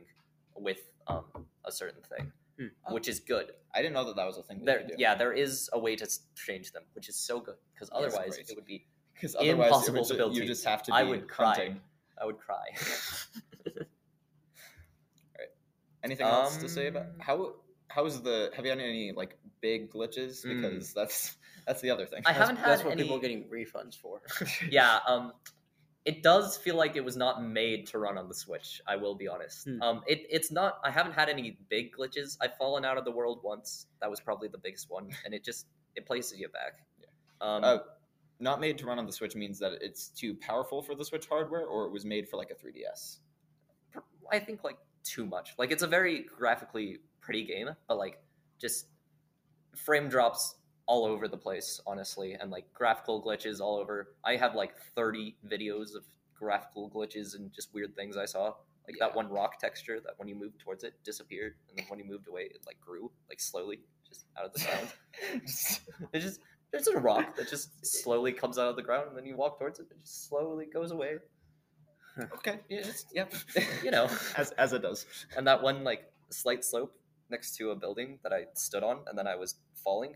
[SPEAKER 3] with um, a certain thing,
[SPEAKER 2] Hmm.
[SPEAKER 3] which is good.
[SPEAKER 1] I didn't know that that was a thing. That
[SPEAKER 3] There,
[SPEAKER 1] you could Oh. do.
[SPEAKER 3] yeah, there is a way to s- change them, which is so good because
[SPEAKER 1] Yes,
[SPEAKER 3] otherwise
[SPEAKER 1] great.
[SPEAKER 3] it would be
[SPEAKER 1] because otherwise
[SPEAKER 3] Impossible
[SPEAKER 1] it
[SPEAKER 3] to
[SPEAKER 1] would ju-
[SPEAKER 3] build
[SPEAKER 1] you
[SPEAKER 3] teams.
[SPEAKER 1] just have to. Be
[SPEAKER 3] I would cry.
[SPEAKER 1] hunting.
[SPEAKER 3] I would cry.
[SPEAKER 1] Anything else to say about
[SPEAKER 3] Um,
[SPEAKER 1] how how is the have you had any like big glitches?
[SPEAKER 3] Mm.
[SPEAKER 1] Because that's that's the other thing.
[SPEAKER 3] I haven't
[SPEAKER 2] that's
[SPEAKER 3] had
[SPEAKER 2] what
[SPEAKER 3] any.
[SPEAKER 2] people are getting refunds for.
[SPEAKER 3] yeah, um, it does feel like it was not made to run on the Switch. I will be honest.
[SPEAKER 2] Hmm.
[SPEAKER 3] Um, it, it's not. I haven't had any big glitches. I've fallen out of the world once. That was probably the biggest one, and it just it places you back. Um,
[SPEAKER 1] Uh, Not made to run on the Switch means that it's too powerful for the Switch hardware, or it was made for like a 3DS.
[SPEAKER 3] pr- I think like too much. Like it's a very graphically pretty game, but like just frame drops all over the place, honestly, and like graphical glitches all over. I have like 30 videos of graphical glitches and just weird things I saw. Like that one rock texture that when you moved towards it disappeared, and then when you moved away, it like grew like slowly, just out of the ground.
[SPEAKER 1] Just-
[SPEAKER 3] It's just there's a rock that just slowly comes out of the ground, and then you walk towards it, it just slowly goes away.
[SPEAKER 1] okay, yeah, just,
[SPEAKER 3] Yep, you know.
[SPEAKER 1] as as it does.
[SPEAKER 3] and that one like slight slope next to a building that I stood on, and then I was falling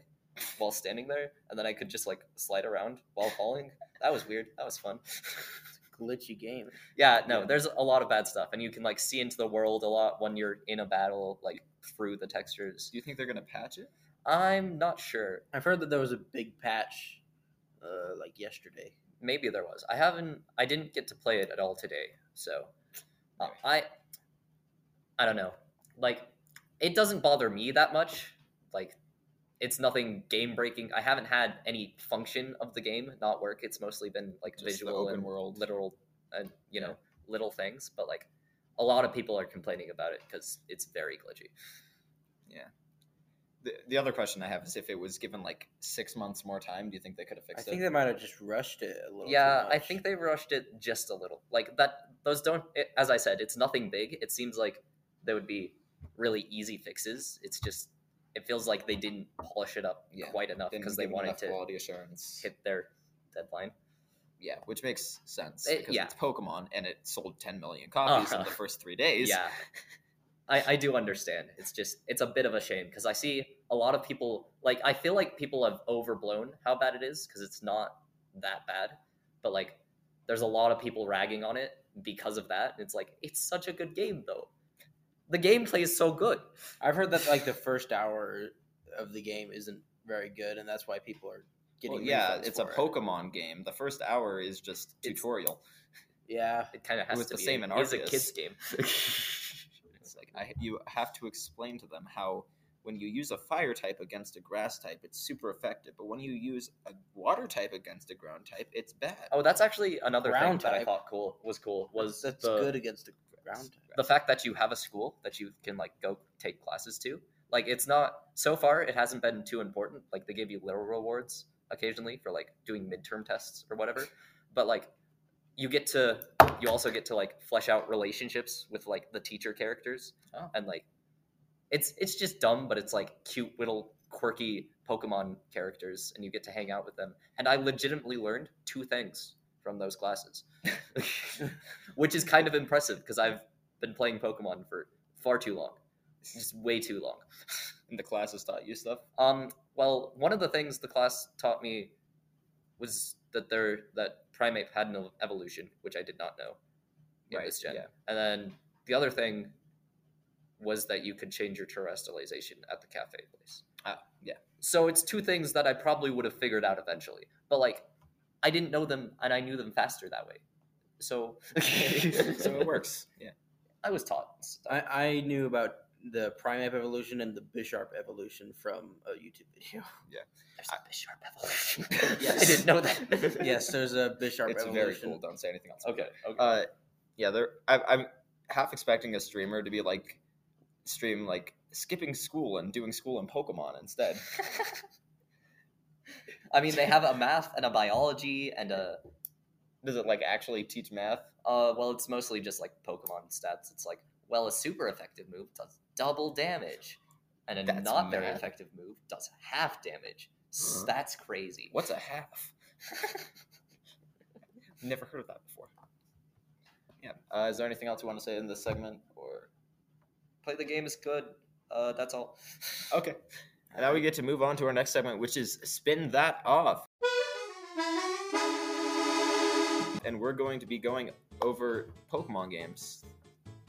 [SPEAKER 3] while standing there, and then I could just like slide around while falling. That was weird. That was fun.
[SPEAKER 2] Glitchy game.
[SPEAKER 3] yeah, no,
[SPEAKER 1] Yeah.
[SPEAKER 3] there's a lot of bad stuff, and you can like see into the world a lot when you're in a battle, like through the textures.
[SPEAKER 1] Do you think they're gonna patch it?
[SPEAKER 3] I'm not sure.
[SPEAKER 2] I've heard that there was a big patch, uh, like yesterday.
[SPEAKER 3] Maybe there was. I haven't. I didn't get to play it at all today, so uh,
[SPEAKER 1] Right.
[SPEAKER 3] I. I don't know. Like, it doesn't bother me that much. Like, it's nothing game breaking. I haven't had any function of the game not work. It's mostly been like
[SPEAKER 1] Just the
[SPEAKER 3] visual
[SPEAKER 1] open
[SPEAKER 3] and
[SPEAKER 1] world.
[SPEAKER 3] literal, and you know,
[SPEAKER 1] Yeah.
[SPEAKER 3] little things. But like, a lot of people are complaining about it because it's very glitchy.
[SPEAKER 1] The, the other question I have is if it was given like six months more time, do you think they could have
[SPEAKER 2] I
[SPEAKER 1] fixed
[SPEAKER 2] think
[SPEAKER 1] it?
[SPEAKER 2] they might have just rushed it a little. too
[SPEAKER 3] Yeah, I
[SPEAKER 2] much.
[SPEAKER 3] think they rushed it just a little. Like that, those don't. It, as I said, it's nothing big. It seems like they would be really easy fixes. It's just, it feels like they didn't polish it up
[SPEAKER 1] Yeah,
[SPEAKER 3] quite enough
[SPEAKER 1] Didn't
[SPEAKER 3] because they
[SPEAKER 1] give them
[SPEAKER 3] wanted
[SPEAKER 1] enough
[SPEAKER 3] to
[SPEAKER 1] quality assurance.
[SPEAKER 3] hit their deadline.
[SPEAKER 1] Yeah, which makes sense
[SPEAKER 3] It-
[SPEAKER 1] because
[SPEAKER 3] yeah.
[SPEAKER 1] it's Pokemon and it sold 10 million copies in
[SPEAKER 3] Uh-huh.
[SPEAKER 1] the first three days.
[SPEAKER 3] Yeah, I, I do understand. It's just, it's a bit of a shame because I see a lot of people. Like, I feel like people have overblown how bad it is because it's not that bad. But like, there's a lot of people ragging on it because of that. It's like it's such a good game though. The gameplay is so good.
[SPEAKER 2] I've heard that like the first hour of the game isn't very good, and that's why people are getting.
[SPEAKER 1] Well, yeah,
[SPEAKER 2] refunds
[SPEAKER 1] it's a
[SPEAKER 2] for it.
[SPEAKER 1] Pokemon game. The first hour is just
[SPEAKER 3] It's-
[SPEAKER 1] tutorial.
[SPEAKER 2] Yeah,
[SPEAKER 3] It kind of has
[SPEAKER 1] was
[SPEAKER 3] to
[SPEAKER 1] the
[SPEAKER 3] be.
[SPEAKER 1] same in
[SPEAKER 3] it is a
[SPEAKER 1] Arceus.
[SPEAKER 3] kids game.
[SPEAKER 1] It's like I, you have to explain to them how when you use a fire type against a grass type, it's super effective, but when you use a water type against a ground type, it's bad.
[SPEAKER 3] Oh, that's actually another thing
[SPEAKER 2] Ground
[SPEAKER 3] that I
[SPEAKER 2] type.
[SPEAKER 3] thought cool was cool was
[SPEAKER 2] that's
[SPEAKER 3] the,
[SPEAKER 2] good against the ground.
[SPEAKER 3] the fact that you have a school that you can like go take classes to. Like it's not so far it hasn't been too important. Like they give you little rewards occasionally for like doing midterm tests or whatever. But like you get to you also get to like flesh out relationships with like the teacher characters
[SPEAKER 1] Oh.
[SPEAKER 3] and like it's it's just dumb but it's like cute little quirky pokemon characters and you get to hang out with them and i legitimately learned two things from those classes which is kind of impressive because i've been playing pokemon for far too long just way too long
[SPEAKER 1] And the classes taught you stuff.
[SPEAKER 3] um, well, one of the things the class taught me was that there that primate had an evolution, which I did not know in
[SPEAKER 1] Right,
[SPEAKER 3] this gen.
[SPEAKER 1] yeah.
[SPEAKER 3] And then the other thing was that you could change your terrestrialization at the cafe place.
[SPEAKER 1] Ah, yeah.
[SPEAKER 3] So it's two things that I probably would have figured out eventually, but like I didn't know them, and I knew them faster that way. So,
[SPEAKER 1] so it works. Yeah.
[SPEAKER 3] I was taught. stuff.
[SPEAKER 2] I, I knew about the Primeape evolution and the Bisharp evolution from a YouTube video.
[SPEAKER 3] There's a sharp evolution.
[SPEAKER 1] Yes.
[SPEAKER 3] I didn't know that.
[SPEAKER 2] yes, there's a Bisharp
[SPEAKER 1] It's
[SPEAKER 2] evolution.
[SPEAKER 1] very cool. Don't say anything else.
[SPEAKER 3] Okay. Okay.
[SPEAKER 1] Uh, yeah, there. I, I'm half expecting a streamer to be like stream like skipping school and doing school in Pokemon instead.
[SPEAKER 3] I mean, they have a math and a biology and a.
[SPEAKER 1] Does it like actually teach math?
[SPEAKER 3] Uh, well, it's mostly just like Pokemon stats. It's like Well, a super effective move does double damage, and a
[SPEAKER 1] That's
[SPEAKER 3] not very
[SPEAKER 1] mad.
[SPEAKER 3] effective move does half damage. S-
[SPEAKER 1] Huh.
[SPEAKER 3] That's crazy.
[SPEAKER 1] What's a half? Never heard of that before. Yeah. Uh, is there anything else you want to say in this segment? Or
[SPEAKER 3] Play the game is good. Uh, that's all.
[SPEAKER 1] okay, and now we get to move on to our next segment, which is spin that off. And we're going to be going over Pokemon games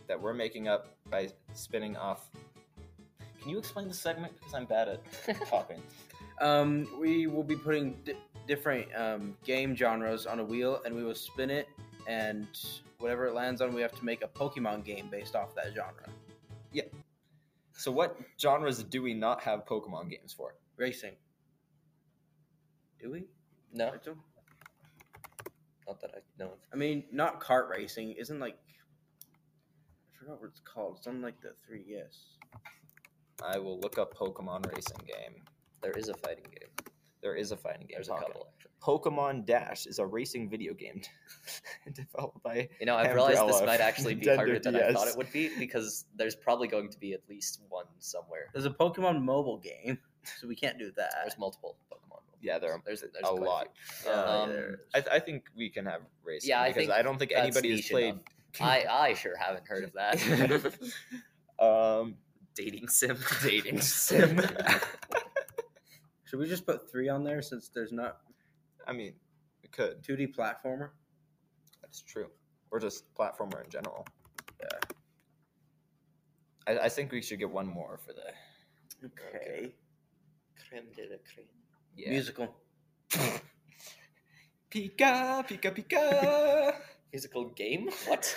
[SPEAKER 1] that we're making up by spinning off. Can you explain the segment because I'm bad at talking?
[SPEAKER 2] Um, we will be putting di- different um, game genres on a wheel, and we will spin it, and whatever it lands on, we have to make a Pokemon game based off that genre.
[SPEAKER 1] So, what genres do we not have Pokemon games for?
[SPEAKER 2] Racing. Do we?
[SPEAKER 3] No,
[SPEAKER 2] I don't-
[SPEAKER 3] not that I know of.
[SPEAKER 2] I mean, not kart racing. Isn't like I forgot what it's called. It's on like the E 3DS.
[SPEAKER 1] I will look up Pokemon racing game.
[SPEAKER 3] There is a fighting game.
[SPEAKER 1] There is a fighting game.
[SPEAKER 3] There's a
[SPEAKER 1] Pocket.
[SPEAKER 3] couple actually.
[SPEAKER 1] Pokemon Dash is a racing video game developed by.
[SPEAKER 3] You know, I've realized this
[SPEAKER 1] Umbrella
[SPEAKER 3] might actually be
[SPEAKER 1] Nintendo
[SPEAKER 3] harder than I thought
[SPEAKER 1] DS.
[SPEAKER 3] it would be because there's probably going to be at least one somewhere.
[SPEAKER 2] There's a Pokemon mobile game, so we can't do that.
[SPEAKER 3] There's multiple Pokemon.
[SPEAKER 1] Yeah, there are
[SPEAKER 3] There's, there's
[SPEAKER 1] a
[SPEAKER 3] quite few.
[SPEAKER 1] lot.
[SPEAKER 2] Yeah,
[SPEAKER 1] Oh,
[SPEAKER 3] um,
[SPEAKER 2] there-
[SPEAKER 1] I, th- I think we can have racing.
[SPEAKER 3] Yeah, I
[SPEAKER 1] because
[SPEAKER 3] think
[SPEAKER 1] I don't think
[SPEAKER 3] that's
[SPEAKER 1] anybody has
[SPEAKER 3] niche
[SPEAKER 1] played.
[SPEAKER 3] enough. I I sure haven't heard of that.
[SPEAKER 1] um,
[SPEAKER 3] Dating sim.
[SPEAKER 1] dating sim.
[SPEAKER 2] Should we just put three on there since there's not
[SPEAKER 1] I mean, we could.
[SPEAKER 2] 2D platformer?
[SPEAKER 1] That's true. Or just platformer in general.
[SPEAKER 2] Yeah.
[SPEAKER 1] I, I think we should get one more for the.
[SPEAKER 2] Okay.
[SPEAKER 3] creme de la creme.
[SPEAKER 1] Yeah.
[SPEAKER 2] Musical.
[SPEAKER 1] Pika, pika, pika.
[SPEAKER 3] Musical game? What?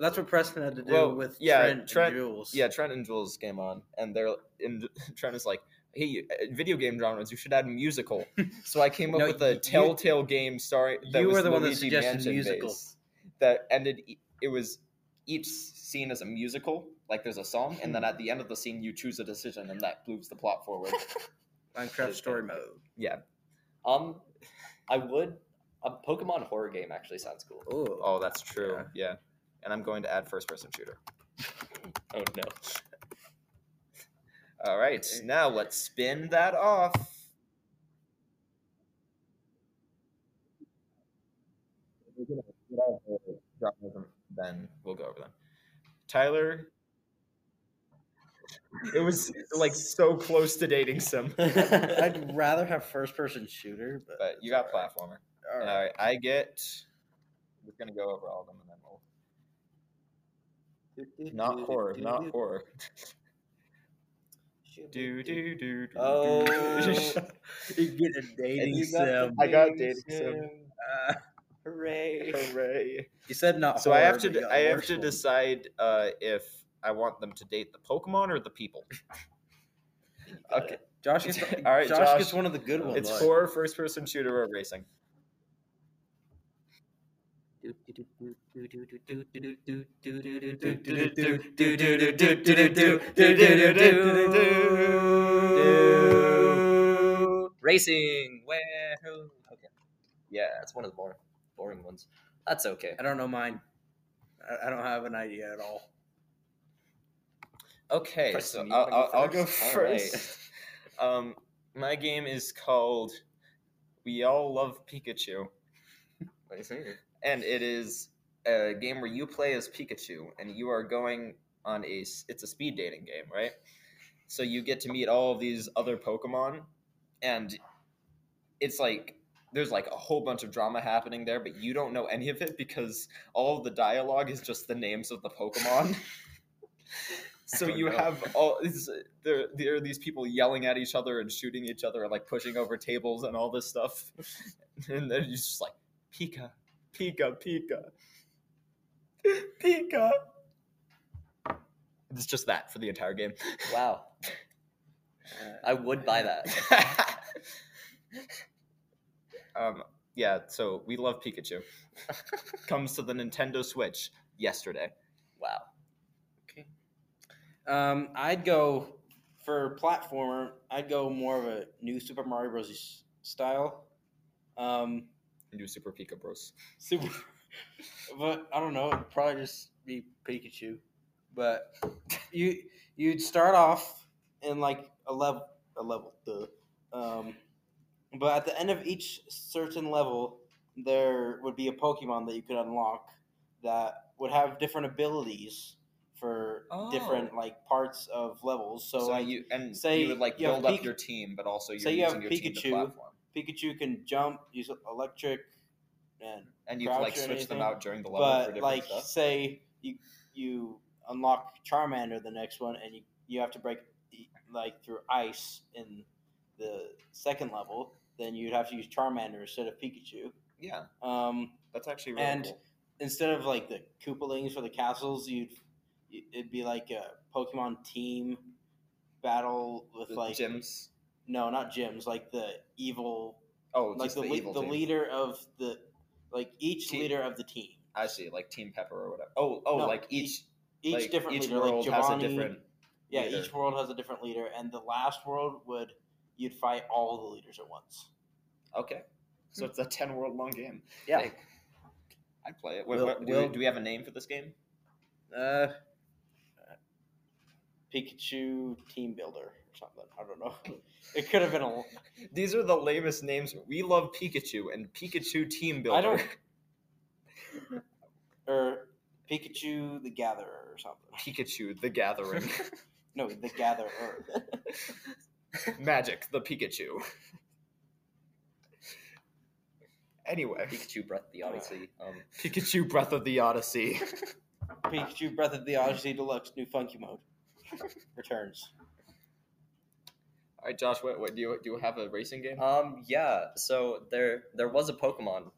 [SPEAKER 2] That's what Preston had to do
[SPEAKER 1] Well,
[SPEAKER 2] with
[SPEAKER 1] yeah,
[SPEAKER 2] Trent,
[SPEAKER 1] Trent-
[SPEAKER 2] and Jules.
[SPEAKER 1] Yeah, Trent and Jules came on, and they're and Trent is like, "Hey, you- uh, video game genres, you should add musical." so I came up
[SPEAKER 2] No,
[SPEAKER 1] with
[SPEAKER 2] y-
[SPEAKER 1] a
[SPEAKER 2] you-
[SPEAKER 1] Telltale game starring that
[SPEAKER 2] you
[SPEAKER 1] was
[SPEAKER 2] were the one that
[SPEAKER 1] Luigi
[SPEAKER 2] suggested
[SPEAKER 1] Mansion
[SPEAKER 2] musical.
[SPEAKER 1] based, that ended. e- It was each scene is a musical, like there's a song, and then at the end of the scene, you choose a decision, and that moves the plot forward.
[SPEAKER 2] Minecraft story mode.
[SPEAKER 3] um, I would. A Pokemon horror game actually sounds cool.
[SPEAKER 2] Ooh.
[SPEAKER 1] oh, that's true.
[SPEAKER 2] Yeah.
[SPEAKER 1] yeah, and I'm going to add first-person shooter.
[SPEAKER 3] Oh no.
[SPEAKER 1] All right, now let's spin that off. Then we'll go over them. Tyler, it was like so close to dating some,
[SPEAKER 2] I'd rather have first person shooter, but,
[SPEAKER 1] but uh, you got platformer.
[SPEAKER 2] All
[SPEAKER 1] All
[SPEAKER 2] right.
[SPEAKER 1] right, I get. We're gonna go over all of them and then we'll. Not horror, not horror. Do do do do.
[SPEAKER 2] You
[SPEAKER 3] Oh.
[SPEAKER 2] get a dating
[SPEAKER 3] you got the
[SPEAKER 2] sim.
[SPEAKER 1] I got dating sim.
[SPEAKER 2] Uh,
[SPEAKER 3] Hooray!
[SPEAKER 1] Hooray!
[SPEAKER 2] you said not.
[SPEAKER 1] So I have
[SPEAKER 2] horror,
[SPEAKER 1] to
[SPEAKER 2] but you
[SPEAKER 1] d-
[SPEAKER 2] got
[SPEAKER 1] I have
[SPEAKER 2] worse
[SPEAKER 1] to
[SPEAKER 2] one.
[SPEAKER 1] decide uh, if I want them to date the Pokemon or the people. Okay,
[SPEAKER 2] Josh gets, the-
[SPEAKER 1] All right,
[SPEAKER 2] Josh,
[SPEAKER 1] Josh.
[SPEAKER 2] gets one of the good ones.
[SPEAKER 1] it's horror, first person shooter, or racing.
[SPEAKER 3] Racing. Wahoo! Okay,
[SPEAKER 1] Yeah.
[SPEAKER 3] that's one of the more boring ones. That's okay.
[SPEAKER 2] I don't know mine. I, I don't have an idea at all.
[SPEAKER 1] Okay,
[SPEAKER 3] Preston, you
[SPEAKER 1] so I'll, I'll, I'll
[SPEAKER 3] wanna
[SPEAKER 1] go
[SPEAKER 3] All right.
[SPEAKER 1] first. Um, my game is called We All Love Pikachu,
[SPEAKER 3] What do you think?
[SPEAKER 1] and it is a game where you play as Pikachu, and you are going on a. s- It's a speed dating game, right? So you get to meet all of these other Pokemon, and it's like there's like a whole bunch of drama happening there, but you don't know any of it because all of the dialogue is just the names of the Pokemon. so
[SPEAKER 3] don't
[SPEAKER 1] you
[SPEAKER 3] know.
[SPEAKER 1] have all it's, there. There are these people yelling at each other and shooting each other and like pushing over tables and all this stuff, and then you just like Pika, Pika, Pika, Pika. It's just that for the entire game.
[SPEAKER 3] Wow,
[SPEAKER 2] Uh,
[SPEAKER 3] I would buy that.
[SPEAKER 1] um, yeah, so we love Pikachu. Comes to the Nintendo Switch yesterday.
[SPEAKER 3] Wow.
[SPEAKER 2] Okay. Um, I'd go for platformer. I'd go more of a new Super Mario Bros. s- style. Um,
[SPEAKER 1] New Super Pika Bros.
[SPEAKER 2] super, but I don't know. It'd probably just be Pikachu. But you you'd start off in like a level a level, duh. Um, but at the end of each certain level, there would be a Pokemon that you could unlock that would have different abilities for
[SPEAKER 1] Oh.
[SPEAKER 2] different like parts of levels. So,
[SPEAKER 1] So,
[SPEAKER 2] like
[SPEAKER 1] you and
[SPEAKER 2] say
[SPEAKER 1] you would like
[SPEAKER 2] you have
[SPEAKER 1] build up
[SPEAKER 2] Pika-
[SPEAKER 1] your team, but also you're
[SPEAKER 2] say you have
[SPEAKER 1] using your team to
[SPEAKER 2] Pikachu.
[SPEAKER 1] platform.
[SPEAKER 2] Pikachu can jump, use electric, and
[SPEAKER 1] And you can like
[SPEAKER 2] Crouch or
[SPEAKER 1] switch them
[SPEAKER 2] anything,
[SPEAKER 1] out during the level for
[SPEAKER 2] but
[SPEAKER 1] different
[SPEAKER 2] like
[SPEAKER 1] stuff.
[SPEAKER 2] say you you unlock Charmander the next one, and you you have to break the- like through ice in the second level, then you'd have to use Charmander instead of Pikachu.
[SPEAKER 1] Yeah,
[SPEAKER 2] Um,
[SPEAKER 1] that's actually really
[SPEAKER 2] and-
[SPEAKER 1] cool.
[SPEAKER 2] instead of like the Koopalings for the castles, you'd it'd be like a Pokemon team battle with
[SPEAKER 1] The
[SPEAKER 2] like
[SPEAKER 1] gyms.
[SPEAKER 2] no, not gyms, like the evil,
[SPEAKER 1] Oh,
[SPEAKER 2] like
[SPEAKER 1] just
[SPEAKER 2] the
[SPEAKER 1] the,
[SPEAKER 2] le-
[SPEAKER 1] evil
[SPEAKER 2] the
[SPEAKER 1] team.
[SPEAKER 2] leader of the like each
[SPEAKER 1] Team.
[SPEAKER 2] leader of the team.
[SPEAKER 1] I see, like Team Pepper or whatever. Oh, oh,
[SPEAKER 2] No,
[SPEAKER 1] like each
[SPEAKER 2] Each
[SPEAKER 1] like,
[SPEAKER 2] different
[SPEAKER 1] each
[SPEAKER 2] leader,
[SPEAKER 1] world
[SPEAKER 2] like
[SPEAKER 1] has a
[SPEAKER 2] Giovanni-
[SPEAKER 1] different.
[SPEAKER 2] Yeah,
[SPEAKER 1] leader.
[SPEAKER 2] each world has a different leader, and the last world would you'd fight all the leaders at once.
[SPEAKER 1] Okay,
[SPEAKER 2] Hmm.
[SPEAKER 1] so it's a ten world long game.
[SPEAKER 2] Yeah.
[SPEAKER 1] Hey, I'd play it. Wait,
[SPEAKER 2] Will-
[SPEAKER 1] what- do,
[SPEAKER 2] will-
[SPEAKER 1] we, do we have a name for this game?
[SPEAKER 2] Uh, Pikachu Team Builder or something. I don't know. It could have been a.
[SPEAKER 1] These are the lamest names. We love Pikachu and Pikachu Team Builder.
[SPEAKER 2] I don't. Or Pikachu the Gatherer or something.
[SPEAKER 1] Pikachu the Gathering.
[SPEAKER 2] No, the Gatherer.
[SPEAKER 1] Magic the Pikachu. anyway, Uh,
[SPEAKER 3] Pikachu Breath of the Odyssey. Um,
[SPEAKER 1] Pikachu Breath of the Odyssey.
[SPEAKER 2] Pikachu Breath of the Odyssey Deluxe New Funky Mode returns.
[SPEAKER 1] All right, Josh, what, what do you do? You have a racing game?
[SPEAKER 3] um, yeah. So there there was a Pokemon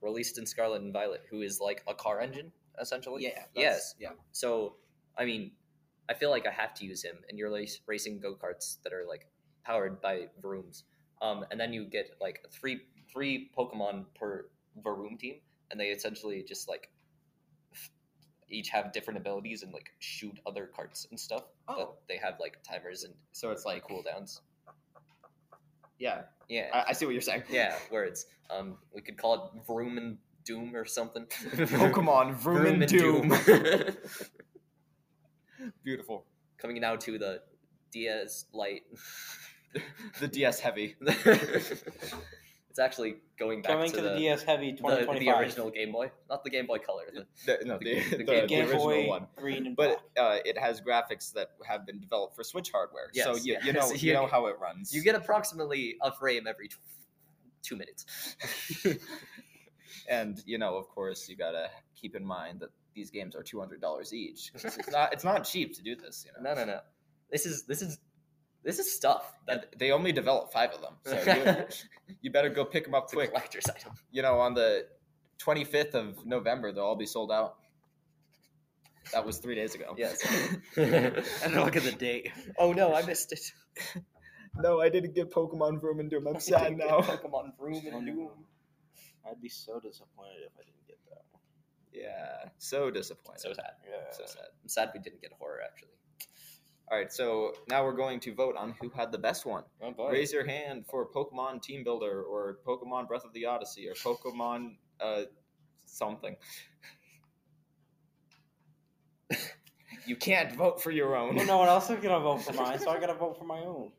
[SPEAKER 3] released in Scarlet and Violet who is like a car engine essentially.
[SPEAKER 2] Yeah,
[SPEAKER 3] Yes.
[SPEAKER 1] yeah.
[SPEAKER 3] So I mean, I feel like I have to use him, and you're race, racing go karts that are like powered by Vrooms. Um, and then you get like three three Pokemon per Vroom team, and they essentially just like f- each have different abilities and like shoot other carts and stuff. But
[SPEAKER 1] Oh.
[SPEAKER 3] they have like timers and
[SPEAKER 1] So it's like,
[SPEAKER 3] cooldowns.
[SPEAKER 1] yeah,
[SPEAKER 3] Yeah.
[SPEAKER 1] I, I see what you're saying.
[SPEAKER 3] Yeah, words. Um, we could call it Vroom and Doom or something.
[SPEAKER 1] Pokemon Oh, Vroom and Doom. Beautiful.
[SPEAKER 3] Coming now to the DS Lite.
[SPEAKER 1] The DS heavy.
[SPEAKER 3] it's actually going back
[SPEAKER 2] Coming to, the, DS Heavy
[SPEAKER 3] the,
[SPEAKER 2] 2025.
[SPEAKER 3] the original Game Boy, not the Game Boy Color. the-
[SPEAKER 1] The, no, the, the,
[SPEAKER 3] the
[SPEAKER 1] the,
[SPEAKER 3] Game
[SPEAKER 2] Game
[SPEAKER 1] original
[SPEAKER 2] Boy
[SPEAKER 1] one.
[SPEAKER 2] Green and
[SPEAKER 1] But uh, it has graphics that have been developed for Switch hardware, so
[SPEAKER 3] Yes,
[SPEAKER 1] you, you
[SPEAKER 3] yes.
[SPEAKER 1] know you
[SPEAKER 3] You-
[SPEAKER 1] know how it runs.
[SPEAKER 3] you get approximately a frame every tw- two minutes.
[SPEAKER 1] and you know, of course, you gotta keep in mind that these games are two hundred dollars each. 'cause It's not it's not cheap to do this. You know,
[SPEAKER 3] no, no, no. This is this is this is stuff
[SPEAKER 1] And
[SPEAKER 3] that
[SPEAKER 1] they only develop five of them, so you, you better go pick them up
[SPEAKER 3] it's a
[SPEAKER 1] quick.
[SPEAKER 3] collector's item.
[SPEAKER 1] You know, on the twenty fifth of November, they'll all be sold out. That was three days ago.
[SPEAKER 3] Yes.
[SPEAKER 2] and look at the date.
[SPEAKER 3] oh no, I missed it.
[SPEAKER 1] No, I didn't get Pokemon Vroom and Doom. I'm sad now.
[SPEAKER 3] Pokemon Vroom and Doom.
[SPEAKER 2] I'd be so disappointed if I didn't get that. one.
[SPEAKER 1] yeah, so disappointed.
[SPEAKER 3] So sad.
[SPEAKER 2] Yeah.
[SPEAKER 1] So sad.
[SPEAKER 3] I'm sad we didn't get horror actually.
[SPEAKER 1] All right, so now we're going to vote on who had the best one.
[SPEAKER 3] Oh boy.
[SPEAKER 1] Raise your hand for Pokemon Team Builder or Pokemon Breath of the Odyssey or Pokemon uh, something. you can't vote for your own.
[SPEAKER 2] well, no one else is gonna vote for mine, so I gotta vote for my own.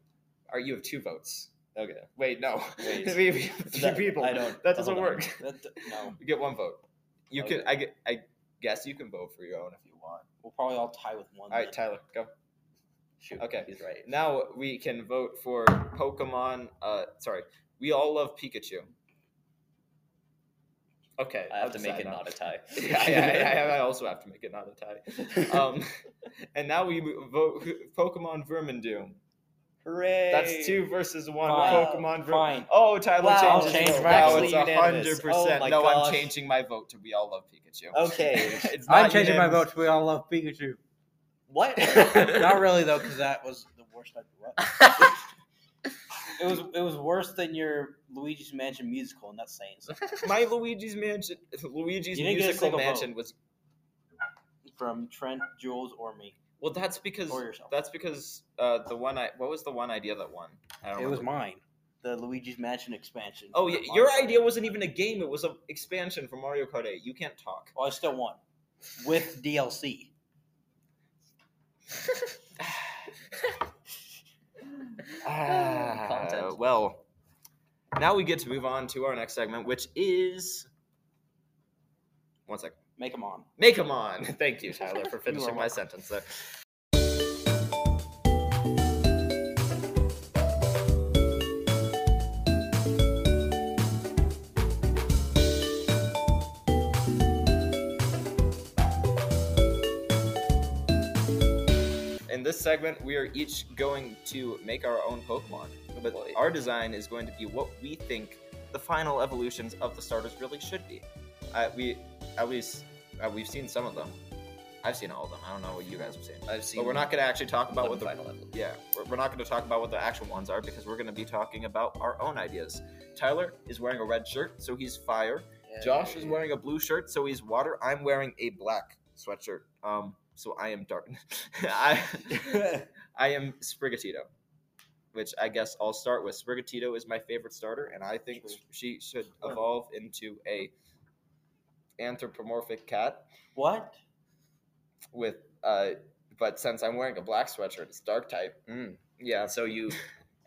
[SPEAKER 1] Or you have two votes. Okay. Wait, no.
[SPEAKER 3] Wait.
[SPEAKER 1] we we have three
[SPEAKER 2] That-
[SPEAKER 1] people.
[SPEAKER 2] I don't-
[SPEAKER 1] That doesn't
[SPEAKER 3] hold on.
[SPEAKER 1] work.
[SPEAKER 2] That, no,
[SPEAKER 1] You get one vote. You
[SPEAKER 3] Okay.
[SPEAKER 1] can. I get. I guess you can vote for your own if you want.
[SPEAKER 2] we'll probably all tie with one.
[SPEAKER 1] All right,
[SPEAKER 2] then.
[SPEAKER 1] Tyler, go.
[SPEAKER 3] Shoot,
[SPEAKER 1] Okay.
[SPEAKER 3] he's right.
[SPEAKER 1] Now we can vote for Pokemon. Uh, sorry, we all love Pikachu. Okay,
[SPEAKER 3] I have
[SPEAKER 1] I'll
[SPEAKER 3] to make
[SPEAKER 1] decide
[SPEAKER 3] it
[SPEAKER 1] now.
[SPEAKER 3] not a tie.
[SPEAKER 1] yeah, I, I, I also have to make it not a tie. Um, and now we vote who- Pokemon Vermindoom.
[SPEAKER 3] Hooray!
[SPEAKER 1] That's two versus one.
[SPEAKER 2] Fine.
[SPEAKER 1] Pokemon Verm.
[SPEAKER 2] Fine.
[SPEAKER 1] Oh, Tyler
[SPEAKER 3] Wow,
[SPEAKER 1] changed
[SPEAKER 2] I'll
[SPEAKER 1] his
[SPEAKER 2] change
[SPEAKER 1] vote.
[SPEAKER 2] mine.
[SPEAKER 1] Now
[SPEAKER 2] Actually
[SPEAKER 1] it's a hundred
[SPEAKER 3] unanimous. Oh
[SPEAKER 1] percent.
[SPEAKER 3] my
[SPEAKER 1] no, I'm
[SPEAKER 3] gosh.
[SPEAKER 1] changing my vote to we all love Pikachu.
[SPEAKER 3] Okay.
[SPEAKER 1] It's
[SPEAKER 2] I'm
[SPEAKER 1] not
[SPEAKER 2] changing my
[SPEAKER 1] unanimous.
[SPEAKER 2] vote to we all love Pikachu.
[SPEAKER 3] what?
[SPEAKER 2] Not really though, because that was the worst. I, what? It was it was worse than your Luigi's Mansion musical, and that's saying something.
[SPEAKER 1] My Luigi's Mansion, Luigi's
[SPEAKER 2] You didn't get a
[SPEAKER 1] musical
[SPEAKER 2] single
[SPEAKER 1] mansion was
[SPEAKER 2] From Trent, Jules, or me,
[SPEAKER 1] well. That's because
[SPEAKER 2] or yourself.
[SPEAKER 1] That's because uh, the one I what was the one idea that won? I don't
[SPEAKER 2] it was
[SPEAKER 1] remember.
[SPEAKER 2] mine. The Luigi's Mansion expansion.
[SPEAKER 1] Oh yeah, your idea wasn't even a game. It was an expansion for Mario Kart 8. You can't talk.
[SPEAKER 2] Well, I still won with DLC.
[SPEAKER 1] Ah,
[SPEAKER 3] Content.
[SPEAKER 1] Well, now we get to move on to our next segment, which is one second.
[SPEAKER 2] Make them on.
[SPEAKER 1] Make 'em on. Thank you, Tyler, for finishing my
[SPEAKER 2] welcome.
[SPEAKER 1] sentence there. In this segment, we are each going to make our own Pokemon. But
[SPEAKER 3] boy.
[SPEAKER 1] our design is going to be what we think the final evolutions of the starters really should be. Uh, we, at least, uh, we've seen some of them. I've seen all of them. I don't know what you guys have seen.
[SPEAKER 3] I've seen.
[SPEAKER 1] But we're not going to actually talk about
[SPEAKER 3] one
[SPEAKER 1] what the
[SPEAKER 3] final evolution.
[SPEAKER 1] yeah, we're, we're not going to talk about what the actual ones are because we're going to be talking about our own ideas. Tyler is wearing a red shirt, so he's fire. Josh is wearing a blue shirt, so he's water. I'm wearing a black sweatshirt, um, so I am dark. I, I am Sprigatito, which I guess I'll start with. Sprigatito is my favorite starter, and I think
[SPEAKER 2] Sure.
[SPEAKER 1] she should evolve into a anthropomorphic cat
[SPEAKER 2] what?
[SPEAKER 1] with. Uh, but since I'm wearing a black sweatshirt, it's dark type. Mm, yeah,
[SPEAKER 3] So you,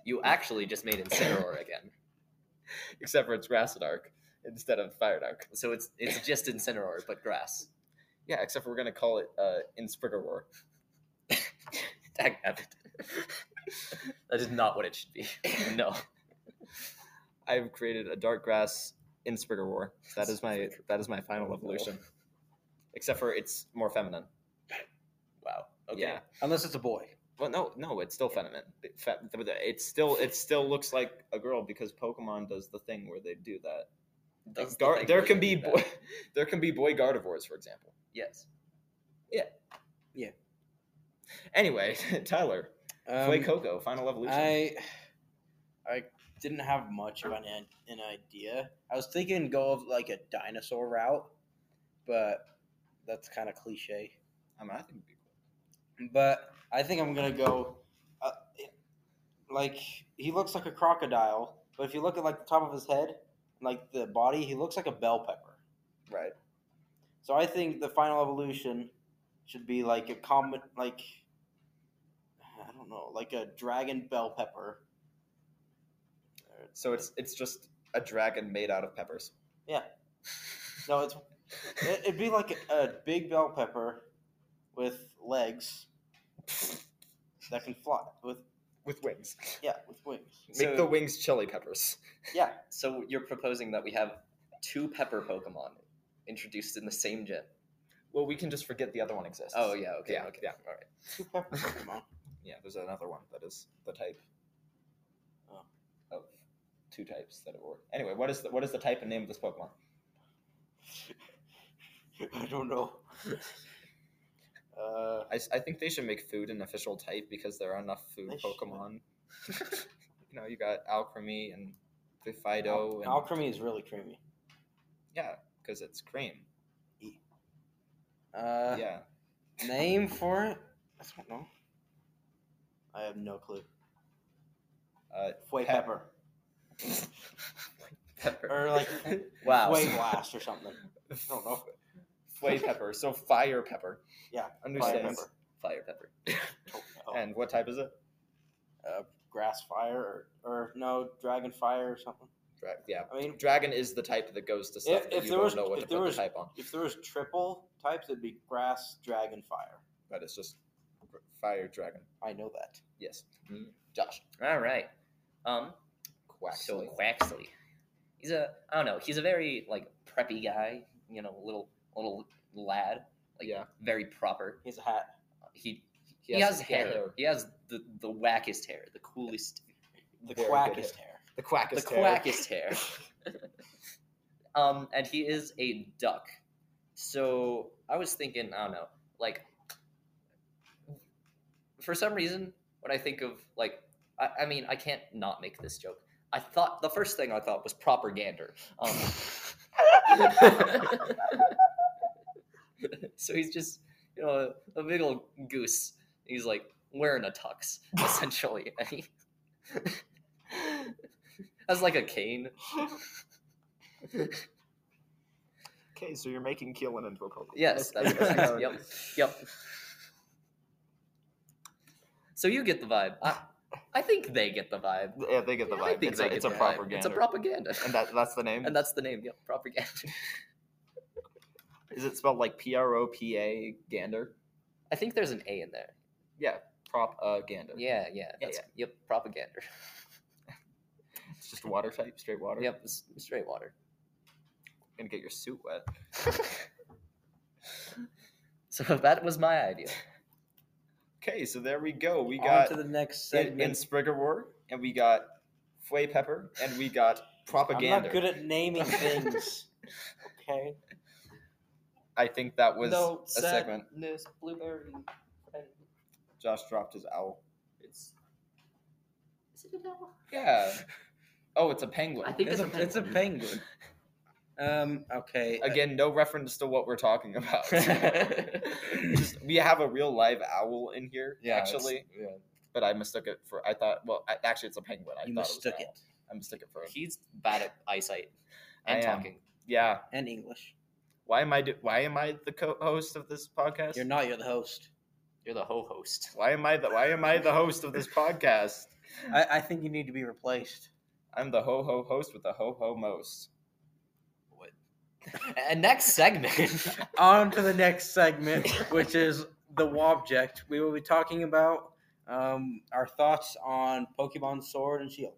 [SPEAKER 3] you actually just made Incineroar again.
[SPEAKER 1] except for it's grass dark instead of fire dark.
[SPEAKER 3] So it's it's just Incineroar, but grass.
[SPEAKER 1] Yeah, except for we're gonna call it uh, Insprigaror.
[SPEAKER 3] Dag nabbit. that is not what it should be. No.
[SPEAKER 1] I've created a dark grass Insprigaror. That is my that is my final
[SPEAKER 3] Oh, no.
[SPEAKER 1] evolution. Except for it's more feminine.
[SPEAKER 3] Wow. Okay.
[SPEAKER 1] Yeah.
[SPEAKER 2] Unless it's a boy.
[SPEAKER 1] Well, no, no, it's still feminine. It, fe- it's still it still looks like a girl because Pokemon does the thing where they do that.
[SPEAKER 3] That's the
[SPEAKER 1] Gar-
[SPEAKER 3] thing
[SPEAKER 1] there
[SPEAKER 3] where
[SPEAKER 1] can
[SPEAKER 3] they
[SPEAKER 1] be
[SPEAKER 3] do that.
[SPEAKER 1] boy, there can be boy Gardevoirs, for example.
[SPEAKER 3] Yes.
[SPEAKER 1] Anyway, Tyler,
[SPEAKER 2] Um,
[SPEAKER 1] Play Coco, final evolution.
[SPEAKER 2] I I didn't have much of an, i- an idea. I was thinking go of like a dinosaur route, but that's kind of cliche.
[SPEAKER 1] I mean, I think it'd be cool.
[SPEAKER 2] But I think I'm gonna go. Uh, like he looks like a crocodile, but if you look at like the top of his head, like the body, he looks like a bell pepper.
[SPEAKER 1] Right.
[SPEAKER 2] So I think the final evolution should be like a common, like I don't know, like a dragon bell pepper.
[SPEAKER 1] So it's it's just a dragon made out of peppers.
[SPEAKER 2] No, it's it- it'd be like a, a big bell pepper with legs that can fly with
[SPEAKER 1] with wings.
[SPEAKER 2] yeah with wings.
[SPEAKER 1] Make
[SPEAKER 3] So-
[SPEAKER 1] the wings chili peppers.
[SPEAKER 2] Yeah,
[SPEAKER 3] So you're proposing that we have two pepper Pokemon introduced in the same gen.
[SPEAKER 1] Well, we can just forget the other one exists.
[SPEAKER 3] Oh yeah, okay,
[SPEAKER 1] Yeah,
[SPEAKER 3] okay.
[SPEAKER 1] yeah.
[SPEAKER 3] All right.
[SPEAKER 2] two pepper Pokemon.
[SPEAKER 1] Yeah, there's another one that is the type.
[SPEAKER 2] Oh.
[SPEAKER 1] Of two types that it were. Anyway, what is the what is the type and name of this Pokemon?
[SPEAKER 2] I don't know. Uh,
[SPEAKER 1] I, s- I think they should make food an official type because there are enough food
[SPEAKER 2] They should.
[SPEAKER 1] Pokemon. you know, you got Alchemy and the Fido
[SPEAKER 2] Al-
[SPEAKER 1] and
[SPEAKER 2] Alchemy is really creamy.
[SPEAKER 1] yeah, because it's cream.
[SPEAKER 2] Uh,
[SPEAKER 1] yeah,
[SPEAKER 2] Name for it? I don't know. I have no clue.
[SPEAKER 1] uh,
[SPEAKER 2] Fue
[SPEAKER 1] Pep-
[SPEAKER 2] pepper,
[SPEAKER 3] Pepper.
[SPEAKER 2] or like
[SPEAKER 1] Oh.
[SPEAKER 3] Wow.
[SPEAKER 2] Fue blast, or something. I don't know.
[SPEAKER 1] Flay pepper. So fire pepper.
[SPEAKER 2] Yeah, Fire
[SPEAKER 1] understands.
[SPEAKER 2] pepper.
[SPEAKER 3] Fire pepper.
[SPEAKER 2] Oh,
[SPEAKER 1] And what type is it?
[SPEAKER 2] uh, grass fire, or, or no dragon fire, or something.
[SPEAKER 1] Dra- yeah,
[SPEAKER 2] I mean,
[SPEAKER 1] Dragon is the type that goes to stuff
[SPEAKER 2] If-
[SPEAKER 1] that
[SPEAKER 2] if
[SPEAKER 1] you
[SPEAKER 2] there
[SPEAKER 1] don't
[SPEAKER 2] was-
[SPEAKER 1] know what
[SPEAKER 2] if
[SPEAKER 1] to
[SPEAKER 2] there
[SPEAKER 1] put
[SPEAKER 2] was-
[SPEAKER 1] the type on.
[SPEAKER 2] if there was triple types, it'd be grass, dragon, fire.
[SPEAKER 1] But it's just gr- fire dragon.
[SPEAKER 2] I know that.
[SPEAKER 1] Yes. Josh.
[SPEAKER 3] All right. Um
[SPEAKER 1] Quack.
[SPEAKER 3] so Quaxley. He's a I don't know, he's a very like preppy guy, you know, little little lad, like
[SPEAKER 1] Yeah.
[SPEAKER 3] very proper.
[SPEAKER 2] He's a hat.
[SPEAKER 3] He he, has, hair. He has the the wackest hair, the coolest
[SPEAKER 2] The
[SPEAKER 1] Very good
[SPEAKER 2] quackest hair.
[SPEAKER 1] The quack is
[SPEAKER 3] the quackest hair. um, and he is a duck. So I was thinking, I don't know, like for some reason when I think of like, I, I mean, I can't not make this joke. I thought the first thing I thought was propagander. Um, so he's just you know a, big old goose. He's like wearing a tux essentially. And he has like a cane.
[SPEAKER 1] Okay, so you're making Keelan into a Pokemon.
[SPEAKER 3] Yes, that's
[SPEAKER 2] Okay.
[SPEAKER 3] correct. yep, yep. So you get the vibe. I, I think they get the vibe.
[SPEAKER 1] Yeah, they get the
[SPEAKER 3] Yeah, I
[SPEAKER 1] vibe.
[SPEAKER 3] think
[SPEAKER 1] It's
[SPEAKER 3] they
[SPEAKER 1] a,
[SPEAKER 3] get
[SPEAKER 1] it's a
[SPEAKER 3] the vibe.
[SPEAKER 1] propaganda.
[SPEAKER 3] It's a propaganda.
[SPEAKER 1] and that, that's the name.
[SPEAKER 3] and that's the name. Yep, propaganda.
[SPEAKER 1] Is it spelled like P R O P A gander?
[SPEAKER 3] I think there's an A in there.
[SPEAKER 1] Prop uh, gander.
[SPEAKER 3] Yeah, yeah. That's, Yep, propaganda.
[SPEAKER 1] It's just water type, straight water.
[SPEAKER 3] Yep, it's straight water.
[SPEAKER 1] Gonna get your suit wet.
[SPEAKER 3] so that was my idea.
[SPEAKER 1] Okay, so there we go. We
[SPEAKER 2] on
[SPEAKER 1] got
[SPEAKER 2] to the next
[SPEAKER 1] in,
[SPEAKER 2] segment.
[SPEAKER 1] in Spriggerwar, and we got Fue Pepper, and we got propaganda.
[SPEAKER 2] I'm not good at naming things. okay.
[SPEAKER 1] I think that was
[SPEAKER 3] no,
[SPEAKER 1] a segment.
[SPEAKER 3] sadness, blueberry. friend.
[SPEAKER 1] Josh dropped his owl.
[SPEAKER 3] It's is it an owl?
[SPEAKER 1] Yeah. Oh, it's a penguin.
[SPEAKER 3] I think
[SPEAKER 2] It's
[SPEAKER 3] it's,
[SPEAKER 2] a, it's a
[SPEAKER 3] penguin.
[SPEAKER 2] penguin. Um. Okay.
[SPEAKER 1] Again, no reference to what we're talking about. Just, we have a real live owl in here,
[SPEAKER 3] it's-
[SPEAKER 1] actually,
[SPEAKER 3] yeah.
[SPEAKER 1] but I mistook it for. I thought, well, I, actually, it's a penguin. I
[SPEAKER 2] uh, you
[SPEAKER 1] thought was an
[SPEAKER 2] mistook it.
[SPEAKER 1] owl. I mistook it for. a-
[SPEAKER 3] he's bad at eyesight and
[SPEAKER 1] I am.
[SPEAKER 3] talking.
[SPEAKER 1] Yeah.
[SPEAKER 2] And English.
[SPEAKER 1] Why am I? Do, why am I the co-host of this podcast?
[SPEAKER 2] You're not. You're the host.
[SPEAKER 3] You're the ho host.
[SPEAKER 1] Why am I the Why am I the host of this podcast?
[SPEAKER 2] I, I think you need to be replaced.
[SPEAKER 1] I'm the ho ho host with the ho ho most.
[SPEAKER 3] What? and next segment.
[SPEAKER 2] On to the next segment, which is the Wobject. We will be talking about um, our thoughts on Pokemon Sword and Shield.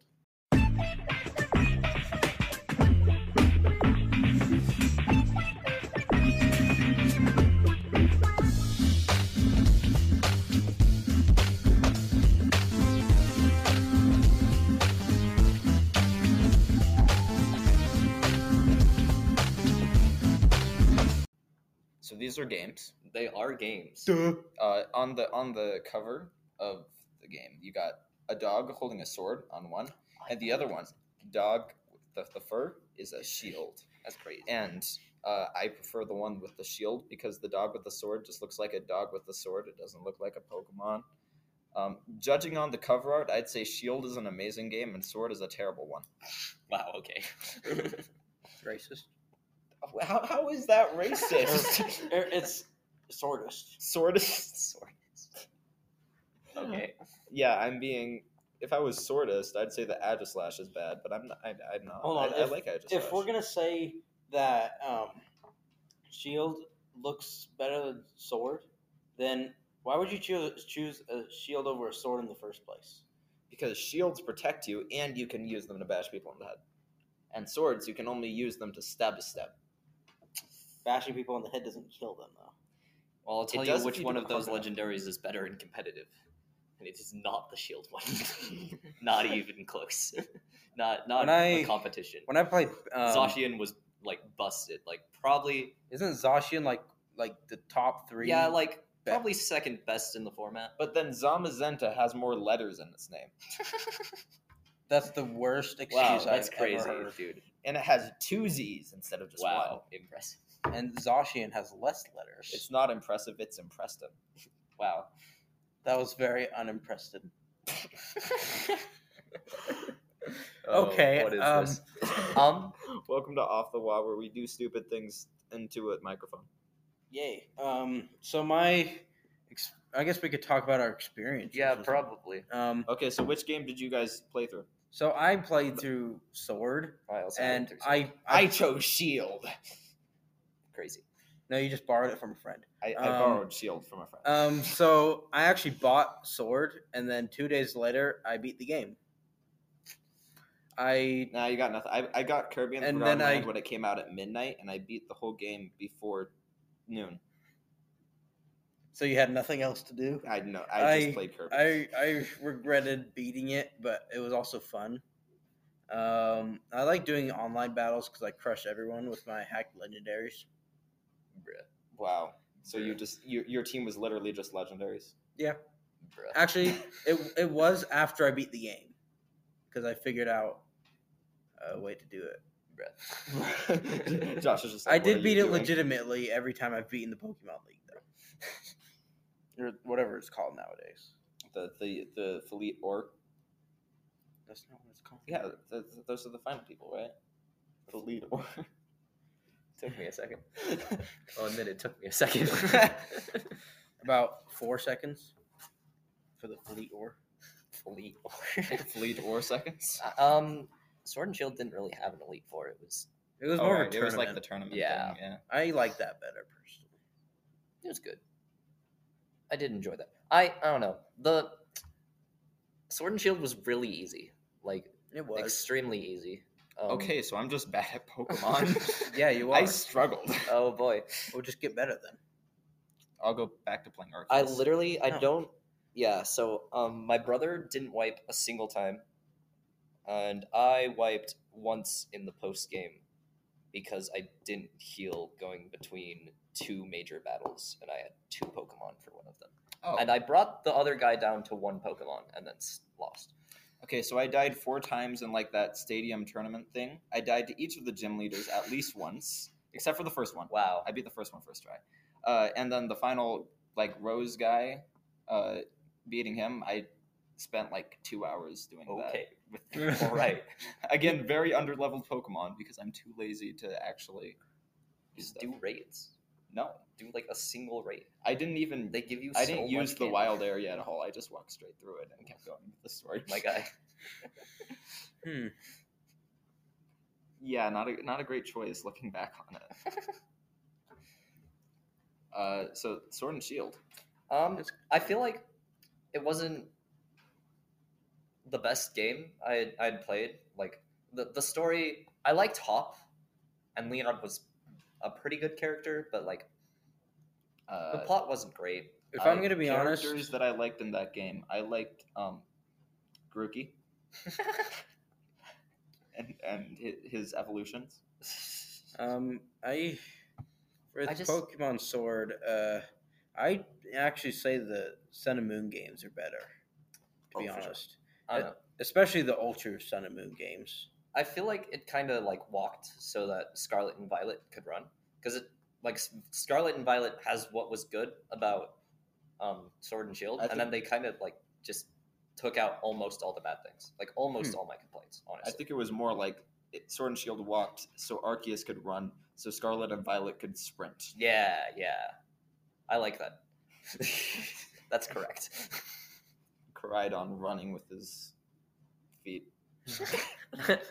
[SPEAKER 1] So these are games.
[SPEAKER 3] they are games.
[SPEAKER 1] Uh, on the on the cover of the game, you got a dog holding a sword on one, and the other one, dog with the, the fur is a shield.
[SPEAKER 3] That's crazy.
[SPEAKER 1] And uh, I prefer the one with the shield because the dog with the sword just looks like a dog with the sword. It doesn't look like a Pokemon. Um, judging on the cover art, I'd say Shield is an amazing game and Sword is a terrible one.
[SPEAKER 3] Wow. Okay.
[SPEAKER 2] Racist.
[SPEAKER 1] How, how is that
[SPEAKER 2] Er, it's Swordist.
[SPEAKER 1] sword is sword.
[SPEAKER 3] okay.
[SPEAKER 1] Yeah, I'm being. If I was swordist, I'd say that Agislash is bad, but I'm not. I, I'm not.
[SPEAKER 2] Hold on,
[SPEAKER 1] I, I
[SPEAKER 2] if-
[SPEAKER 1] like Agislash.
[SPEAKER 2] If we're gonna say that um, Shield looks better than Sword, then why would you choose choose a Shield over a Sword in the first place?
[SPEAKER 1] because shields protect you, and you can use them to bash people in the head, and swords you can only use them to stab a stab.
[SPEAKER 2] Bashing people in the head doesn't kill them though.
[SPEAKER 3] Well, I'll tell you
[SPEAKER 1] does if
[SPEAKER 3] which
[SPEAKER 1] you
[SPEAKER 3] one
[SPEAKER 1] do
[SPEAKER 3] of those
[SPEAKER 1] hard
[SPEAKER 3] legendaries is better in competitive, and it is not the shield E one. not even close. not not
[SPEAKER 2] When
[SPEAKER 3] a
[SPEAKER 2] I-
[SPEAKER 3] competition.
[SPEAKER 2] When I played um,
[SPEAKER 3] Zacian was like busted. Like probably
[SPEAKER 2] isn't Zacian like like the top three?
[SPEAKER 3] yeah, like
[SPEAKER 2] Be-
[SPEAKER 3] probably second best in the format.
[SPEAKER 1] But then Zamazenta has more letters in its name,
[SPEAKER 2] that's the worst excuse.
[SPEAKER 3] Wow, that's
[SPEAKER 2] I've
[SPEAKER 3] crazy,
[SPEAKER 2] Ever heard.
[SPEAKER 3] dude.
[SPEAKER 1] and it has two Z's instead of just one.
[SPEAKER 3] wow, impressive.
[SPEAKER 2] And Zacian has less letters.
[SPEAKER 1] It's not impressive; it's impressive.
[SPEAKER 3] Wow.
[SPEAKER 2] that was very unimpressed.
[SPEAKER 3] Oh,
[SPEAKER 2] Okay,
[SPEAKER 3] What is
[SPEAKER 2] um,
[SPEAKER 3] this? Um.
[SPEAKER 1] Welcome to Off the Wall, where we do stupid things into a microphone.
[SPEAKER 2] Yay. Um. So my, ex- I guess we could talk about our experience.
[SPEAKER 3] Yeah, probably.
[SPEAKER 2] Um.
[SPEAKER 1] Okay, so which game did you guys play through?
[SPEAKER 2] So I played through Sword,
[SPEAKER 3] I also went
[SPEAKER 2] and
[SPEAKER 3] through some-
[SPEAKER 2] I, I, E
[SPEAKER 1] chose Shield.
[SPEAKER 3] crazy.
[SPEAKER 2] no, you just borrowed it from a friend.
[SPEAKER 1] I, I
[SPEAKER 2] Um,
[SPEAKER 1] borrowed Shield from a friend.
[SPEAKER 2] Um. So I actually bought Sword, and then two days later, I beat the game. I
[SPEAKER 1] nah, you got nothing. I, I got Kirby and,
[SPEAKER 2] And
[SPEAKER 1] the Forgotten
[SPEAKER 2] then I-
[SPEAKER 1] Land when it came out at midnight, and I beat the whole game before noon.
[SPEAKER 2] so you had nothing else to do.
[SPEAKER 1] I know. I,
[SPEAKER 2] I-
[SPEAKER 1] just played Kirby.
[SPEAKER 2] I I regretted beating it, but it was also fun. Um, I like doing online battles because I crush everyone with my hacked legendaries.
[SPEAKER 3] Bruh.
[SPEAKER 1] wow. So you just your your team was literally just legendaries.
[SPEAKER 3] Bruh.
[SPEAKER 2] Actually, it it was after I beat the game because I figured out a way to do it.
[SPEAKER 3] Bruh.
[SPEAKER 1] Josh is just.
[SPEAKER 2] I
[SPEAKER 1] Like,
[SPEAKER 2] did beat it
[SPEAKER 1] legit.
[SPEAKER 2] legitimately every time I've beaten the Pokemon League, though, or whatever it's called nowadays.
[SPEAKER 1] The the the Elite or
[SPEAKER 2] That's not what it's called.
[SPEAKER 1] yeah, th- th- those are the final people, right? The lead or
[SPEAKER 3] took me a second. I'll admit it took me a second.
[SPEAKER 2] About four seconds. for the fleet or.
[SPEAKER 3] Elite.
[SPEAKER 1] Fleet or seconds.
[SPEAKER 3] um, Sword and Shield didn't really have an Elite Four. It was
[SPEAKER 2] It was
[SPEAKER 1] Oh,
[SPEAKER 2] more
[SPEAKER 1] right,
[SPEAKER 2] of a
[SPEAKER 1] it was
[SPEAKER 2] tournament.
[SPEAKER 1] like the tournament.
[SPEAKER 3] Yeah.
[SPEAKER 1] Thing, yeah.
[SPEAKER 2] I like that better personally.
[SPEAKER 3] it was good. I did enjoy that. I I don't know the Sword and Shield was really easy, like
[SPEAKER 2] It was.
[SPEAKER 3] extremely easy. Um,
[SPEAKER 1] Okay, so I'm just bad at Pokemon.
[SPEAKER 2] yeah, you are.
[SPEAKER 1] I struggled.
[SPEAKER 3] Oh boy.
[SPEAKER 2] We'll just get better then.
[SPEAKER 1] I'll go back to playing
[SPEAKER 3] I
[SPEAKER 1] Arceus.
[SPEAKER 3] literally I
[SPEAKER 2] No.
[SPEAKER 3] don't yeah, so um my brother didn't wipe a single time. And I wiped once in the post game because I didn't heal going between two major battles and I had two Pokemon for one of them.
[SPEAKER 1] oh,
[SPEAKER 3] And I brought the other guy down to one Pokemon and then s- lost.
[SPEAKER 1] okay, so I died four times in like that stadium tournament thing. I died to each of the gym leaders at least once, except for the first one.
[SPEAKER 3] Wow.
[SPEAKER 1] I beat the first one first try. Uh, and then the final, like, Rose guy, uh, beating him, I spent like two hours doing
[SPEAKER 3] Okay.
[SPEAKER 1] that. with-
[SPEAKER 3] All right.
[SPEAKER 1] Again, very underleveled Pokemon because I'm too lazy to actually do
[SPEAKER 3] Just
[SPEAKER 1] stuff.
[SPEAKER 3] do raids.
[SPEAKER 1] No,
[SPEAKER 3] Do like a single raid.
[SPEAKER 1] I didn't even.
[SPEAKER 3] They give you
[SPEAKER 1] I
[SPEAKER 3] so
[SPEAKER 1] didn't
[SPEAKER 3] much
[SPEAKER 1] use the
[SPEAKER 3] candy.
[SPEAKER 1] wild area at all. I just walked straight through it and kept going with the story.
[SPEAKER 3] Oh My guy.
[SPEAKER 2] Hmm.
[SPEAKER 1] yeah, not a not a great choice looking back on it. uh, so Sword and Shield.
[SPEAKER 3] Um,
[SPEAKER 2] That's-
[SPEAKER 3] I feel like it wasn't the best game I had, I had played. Like the the story, I liked Hop, and Leon was a pretty good character, but like the
[SPEAKER 1] Uh,
[SPEAKER 3] plot wasn't great. Um,
[SPEAKER 2] If
[SPEAKER 1] I-
[SPEAKER 2] I'm gonna be honest,
[SPEAKER 1] characters that I liked in that game, I liked um, Grookey and and hi- his evolutions.
[SPEAKER 2] um, I for
[SPEAKER 3] I
[SPEAKER 2] the
[SPEAKER 3] just-
[SPEAKER 2] Pokemon Sword, uh, I actually say the Sun and Moon games are better. To
[SPEAKER 1] Oh,
[SPEAKER 2] be
[SPEAKER 1] for sure.
[SPEAKER 2] honest,
[SPEAKER 3] I don't know.
[SPEAKER 2] especially the Ultra Sun and Moon games.
[SPEAKER 3] I feel like it kind of like walked so that Scarlet and Violet could run because it like S- Scarlet and Violet has what was good about um, Sword and Shield,
[SPEAKER 1] I
[SPEAKER 3] and then they kind of like just took out almost all the bad things, like
[SPEAKER 2] Hmm.
[SPEAKER 3] almost all my complaints.
[SPEAKER 1] I
[SPEAKER 3] Honestly,
[SPEAKER 1] think it was more like it, Sword and Shield walked, so Arceus could run, so Scarlet and Violet could sprint.
[SPEAKER 3] yeah, yeah, I like that. That's correct.
[SPEAKER 1] Koridon running with his feet.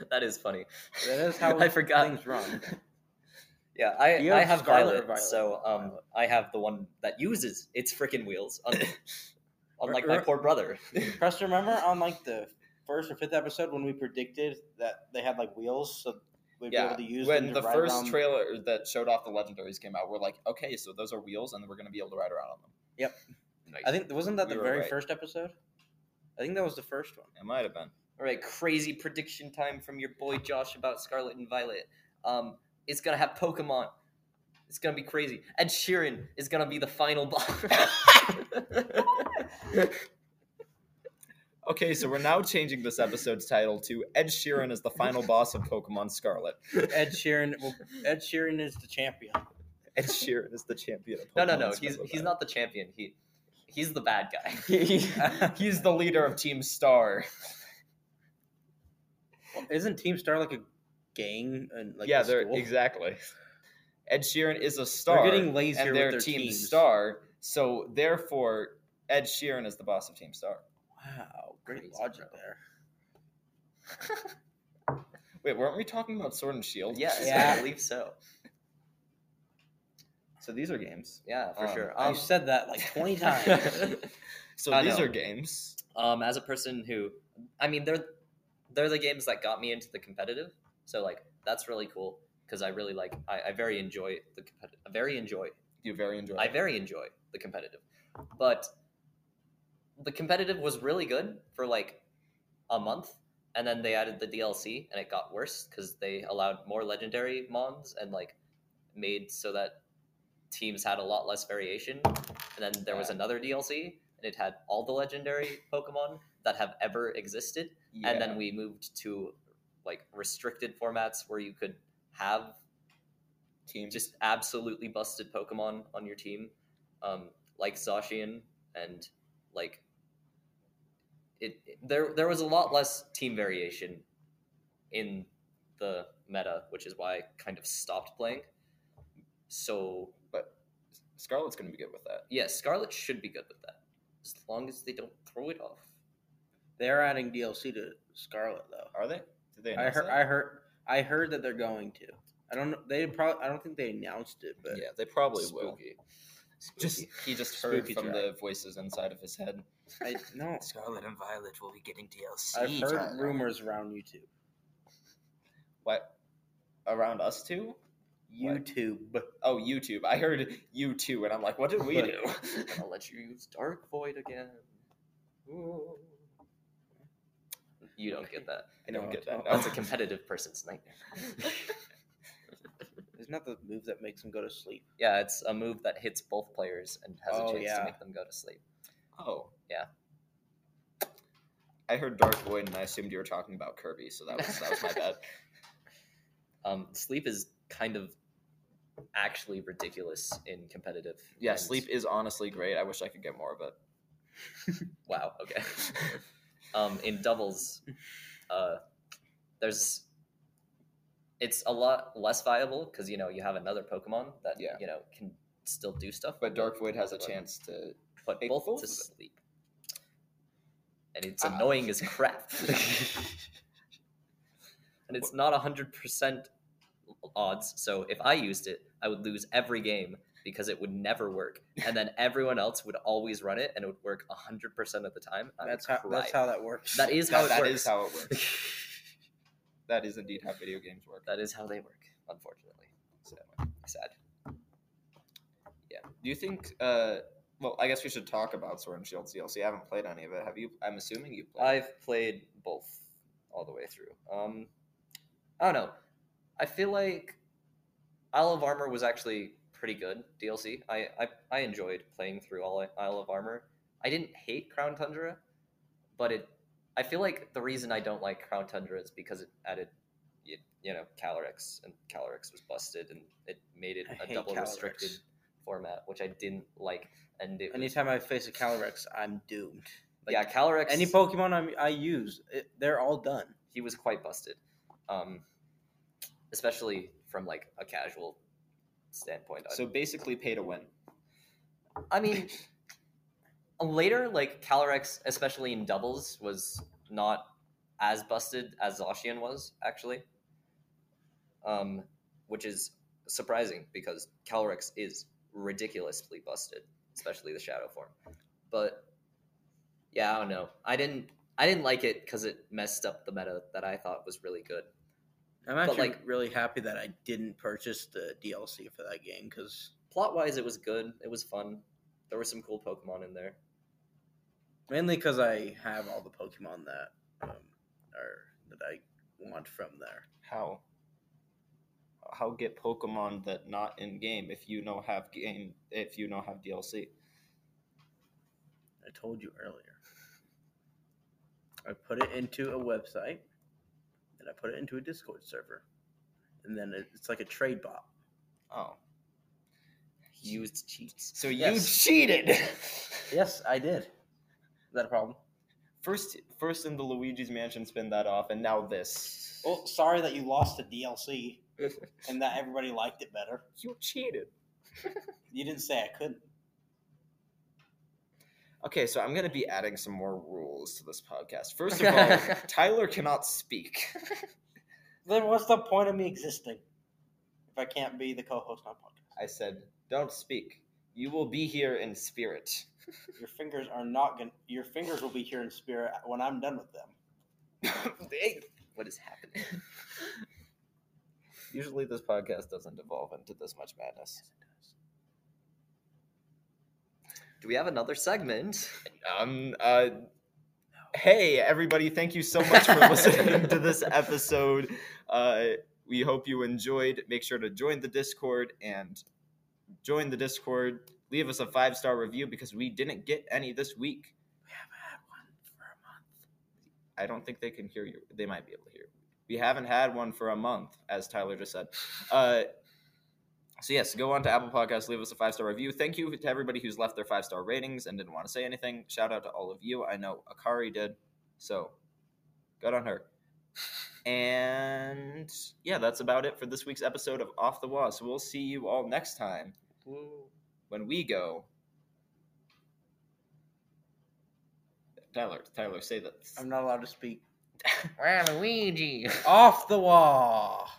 [SPEAKER 3] that is funny.
[SPEAKER 2] That is how
[SPEAKER 3] I forgot.
[SPEAKER 2] things run.
[SPEAKER 3] Yeah, I,
[SPEAKER 2] You
[SPEAKER 3] I
[SPEAKER 2] have
[SPEAKER 3] have
[SPEAKER 2] Scarlet
[SPEAKER 3] Violet,
[SPEAKER 2] or Violet?
[SPEAKER 3] so um, I have the one that uses its freaking wheels, un- unlike my
[SPEAKER 2] Or- or-
[SPEAKER 3] poor brother.
[SPEAKER 2] Preston, remember on like the first or fifth episode when we predicted that they had like wheels, so we'd be
[SPEAKER 1] Yeah,
[SPEAKER 2] able to use
[SPEAKER 1] when
[SPEAKER 2] them
[SPEAKER 1] the
[SPEAKER 2] to ride
[SPEAKER 1] first
[SPEAKER 2] around-
[SPEAKER 1] trailer that showed off the legendaries came out, we're like, okay, so those are wheels, and we're gonna be able to ride around on them.
[SPEAKER 2] I think wasn't that
[SPEAKER 1] We
[SPEAKER 2] the
[SPEAKER 1] were
[SPEAKER 2] very
[SPEAKER 1] right.
[SPEAKER 2] first episode? I think that was the first one.
[SPEAKER 1] It might have been.
[SPEAKER 3] All right, crazy prediction time from your boy Josh about Scarlet and Violet. Um, it's gonna have Pokemon. It's gonna be crazy. Ed Sheeran is gonna be the final boss.
[SPEAKER 1] Okay, so we're now changing this episode's title to Ed Sheeran is the final boss of Pokemon Scarlet.
[SPEAKER 2] Ed Sheeran. Well, Ed Sheeran is the champion.
[SPEAKER 1] Ed Sheeran is the champion of Pokemon
[SPEAKER 3] no, no, no.
[SPEAKER 1] Scarlet.
[SPEAKER 3] He's he's not the champion. He he's the bad guy.
[SPEAKER 1] he's the leader of Team Star.
[SPEAKER 2] Isn't Team Star like a gang? And like
[SPEAKER 1] yeah,
[SPEAKER 2] a
[SPEAKER 1] they're
[SPEAKER 2] school?
[SPEAKER 1] exactly. Ed Sheeran is a star.
[SPEAKER 2] They're getting lazier
[SPEAKER 1] and they're
[SPEAKER 2] with their
[SPEAKER 1] Team
[SPEAKER 2] teams.
[SPEAKER 1] Star, so therefore Ed Sheeran is the boss of Team Star.
[SPEAKER 2] Wow,
[SPEAKER 3] Crazy,
[SPEAKER 2] great logic
[SPEAKER 3] bro.
[SPEAKER 2] there.
[SPEAKER 1] Wait, weren't we talking about Sword and Shield?
[SPEAKER 3] yes,
[SPEAKER 2] Yeah.
[SPEAKER 3] I believe so.
[SPEAKER 1] So these are games.
[SPEAKER 3] Yeah, for
[SPEAKER 1] Um,
[SPEAKER 3] sure.
[SPEAKER 2] I
[SPEAKER 3] Um,
[SPEAKER 2] said that like twenty times.
[SPEAKER 1] So
[SPEAKER 3] I
[SPEAKER 1] these
[SPEAKER 3] know.
[SPEAKER 1] are games.
[SPEAKER 3] um, as a person who, I mean, they're they're the games that got me into the competitive. So like, that's really cool because I really like. I, I very enjoy the competitive. I very enjoy
[SPEAKER 1] You very enjoy.
[SPEAKER 3] I very enjoy the competitive, but the competitive was really good for like a month, and then they added the DLC, and it got worse because they allowed more legendary mons and like made so that teams had a lot less variation. And then there was
[SPEAKER 1] Yeah.
[SPEAKER 3] another DLC, and it had all the legendary Pokemon that have ever existed.
[SPEAKER 1] Yeah.
[SPEAKER 3] And then we moved to like restricted formats where you could have
[SPEAKER 1] team
[SPEAKER 3] just absolutely busted Pokemon on your team, um, like Zacian, and like it, it- There, there was a lot less team variation in the meta, which is why I kind of stopped playing. So
[SPEAKER 1] Scarlet's gonna be good with that.
[SPEAKER 3] yeah, Scarlet should be good with that. as long as they don't throw it off.
[SPEAKER 2] They're adding DLC to Scarlet though.
[SPEAKER 1] Are they? Did they?
[SPEAKER 2] I
[SPEAKER 1] announce
[SPEAKER 2] heard.
[SPEAKER 1] that?
[SPEAKER 2] I heard. I heard that they're going to. I don't. know. They probably. I don't think they announced it, but
[SPEAKER 1] yeah, they probably will.
[SPEAKER 3] Spooky.
[SPEAKER 1] Just
[SPEAKER 3] Spooky.
[SPEAKER 1] he just heard
[SPEAKER 2] Spooky
[SPEAKER 1] from
[SPEAKER 2] track.
[SPEAKER 1] the voices inside of his head.
[SPEAKER 2] I no.
[SPEAKER 1] Scarlet and Violet will be getting DLC.
[SPEAKER 2] I've heard
[SPEAKER 1] Tyler.
[SPEAKER 2] rumors around YouTube.
[SPEAKER 1] What? Around us too? What?
[SPEAKER 2] YouTube.
[SPEAKER 1] Oh, YouTube. I heard you too, and I'm like, what did we do?
[SPEAKER 3] I'm gonna let you use Dark Void again. Ooh. You don't get that.
[SPEAKER 1] I don't
[SPEAKER 2] No,
[SPEAKER 1] get that. No.
[SPEAKER 2] no.
[SPEAKER 3] That's a competitive person's nightmare.
[SPEAKER 2] Isn't that the move that makes him go to sleep?
[SPEAKER 3] yeah, it's a move that hits both players and has
[SPEAKER 2] Oh,
[SPEAKER 3] a chance
[SPEAKER 2] yeah.
[SPEAKER 3] to make them go to sleep.
[SPEAKER 1] Oh.
[SPEAKER 3] Yeah.
[SPEAKER 1] I heard Dark Void and I assumed you were talking about Kirby, so that was that was my bad.
[SPEAKER 3] Um, sleep is kind of actually ridiculous in competitive.
[SPEAKER 1] Yeah,
[SPEAKER 3] and-
[SPEAKER 1] sleep is honestly great. I wish I could get more of it.
[SPEAKER 3] Wow. Okay. um, in doubles, uh, there's it's a lot less viable because you know you have another Pokemon that
[SPEAKER 1] Yeah.
[SPEAKER 3] you know can still do stuff.
[SPEAKER 1] But Dark Void has a
[SPEAKER 3] But-
[SPEAKER 1] chance to
[SPEAKER 3] put
[SPEAKER 1] Hey,
[SPEAKER 3] both
[SPEAKER 1] both
[SPEAKER 3] to
[SPEAKER 1] of them.
[SPEAKER 3] sleep. And it's
[SPEAKER 1] Uh,
[SPEAKER 3] annoying as crap. and it's not 100% odds. So if I used it, I would lose every game because it would never work. And then everyone else would always run it and it would work 100% of the time. I would
[SPEAKER 2] That's how. That's
[SPEAKER 3] cry.
[SPEAKER 2] how that works.
[SPEAKER 3] That is how
[SPEAKER 1] that,
[SPEAKER 3] it
[SPEAKER 1] that
[SPEAKER 3] works.
[SPEAKER 1] is how it works. that is indeed how video games work.
[SPEAKER 3] that is how they work, unfortunately.
[SPEAKER 1] So,
[SPEAKER 3] Sad.
[SPEAKER 1] do you think uh well, I guess we should talk about Sword and Shield DLC. I haven't played any of it. Have you? I'm assuming you played. it.
[SPEAKER 3] I've played both all the way through. Um, I don't know. I feel like Isle of Armor was actually pretty good DLC. I I, I enjoyed playing through all Isle of Armor. I didn't hate Crown Tundra, but it. I feel like the reason I don't like Crown Tundra is because it added, you, you know, Calyrex, and Calyrex was busted, and it made it
[SPEAKER 2] I
[SPEAKER 3] a
[SPEAKER 2] hate
[SPEAKER 3] double restricted
[SPEAKER 2] Calyrex.
[SPEAKER 3] format, which I didn't like. And it was,
[SPEAKER 2] Anytime I face a Calyrex, I'm doomed. like,
[SPEAKER 3] yeah, Calyrex.
[SPEAKER 2] Any Pokemon I'm, I use, it, they're all done.
[SPEAKER 3] he was quite busted, um, especially from like a casual standpoint. I-
[SPEAKER 1] so basically pay to win.
[SPEAKER 3] I mean, later like Calyrex, especially in doubles, was not as busted as Zacian was actually, um, which is surprising because Calyrex is ridiculously busted, especially the shadow form. But yeah, I don't know. I didn't. I didn't like it because it messed up the meta that I thought was really good.
[SPEAKER 2] I'm actually
[SPEAKER 3] like-
[SPEAKER 2] really happy that I didn't purchase the DLC for that game because
[SPEAKER 3] plot wise, it was good. It was fun. There were some cool Pokemon in there.
[SPEAKER 2] mainly because I have all the Pokemon that um, are that I want from there.
[SPEAKER 1] How? How get Pokemon that not in game if you know have game if you know have DLC?
[SPEAKER 2] I told you earlier. I put it into a website, and I put it into a Discord server, and then it, it's like a trade bot.
[SPEAKER 1] Oh,
[SPEAKER 3] Used cheats.
[SPEAKER 1] so you
[SPEAKER 2] Yes.
[SPEAKER 1] cheated.
[SPEAKER 2] Yes, I did. Is that a problem?
[SPEAKER 1] First, first in the Luigi's Mansion, spin that off, and now this.
[SPEAKER 2] Well, Oh, sorry that you lost the DLC and that everybody liked it better.
[SPEAKER 1] you cheated.
[SPEAKER 2] You didn't say I couldn't.
[SPEAKER 1] Okay, so I'm gonna be adding some more rules to this podcast. First of all, Tyler cannot speak.
[SPEAKER 2] Then what's the point of me existing if I can't be the co-host on podcast?
[SPEAKER 1] I said, "Don't speak. You will be here in spirit."
[SPEAKER 2] Your fingers are not going. to Your fingers will be here in spirit when I'm done with them.
[SPEAKER 3] What is happening?
[SPEAKER 1] Usually, this podcast doesn't evolve into this much madness.
[SPEAKER 3] Do we have another segment?
[SPEAKER 1] Um. Uh, hey, everybody! Thank you so much for listening to this episode. Uh, we hope you enjoyed. Make sure to join the Discord and join the Discord. Leave us a five star review because we didn't get any this week.
[SPEAKER 2] We haven't had one for a month.
[SPEAKER 1] I don't think they can hear you. They might be able to hear. you. We haven't had one for a month, as Tyler just said. Uh, so yes, go on to Apple Podcasts, leave us a five star review. Thank you to everybody who's left their five star ratings and didn't want to say anything. Shout out to all of you. I know Akari did, so good on her. And yeah, that's about it for this week's episode of Off the Wall. So we'll see you all next time when we go Tyler, Tyler, say that.
[SPEAKER 2] I'm not allowed to speak.
[SPEAKER 3] Waluigi.
[SPEAKER 2] Off the wall.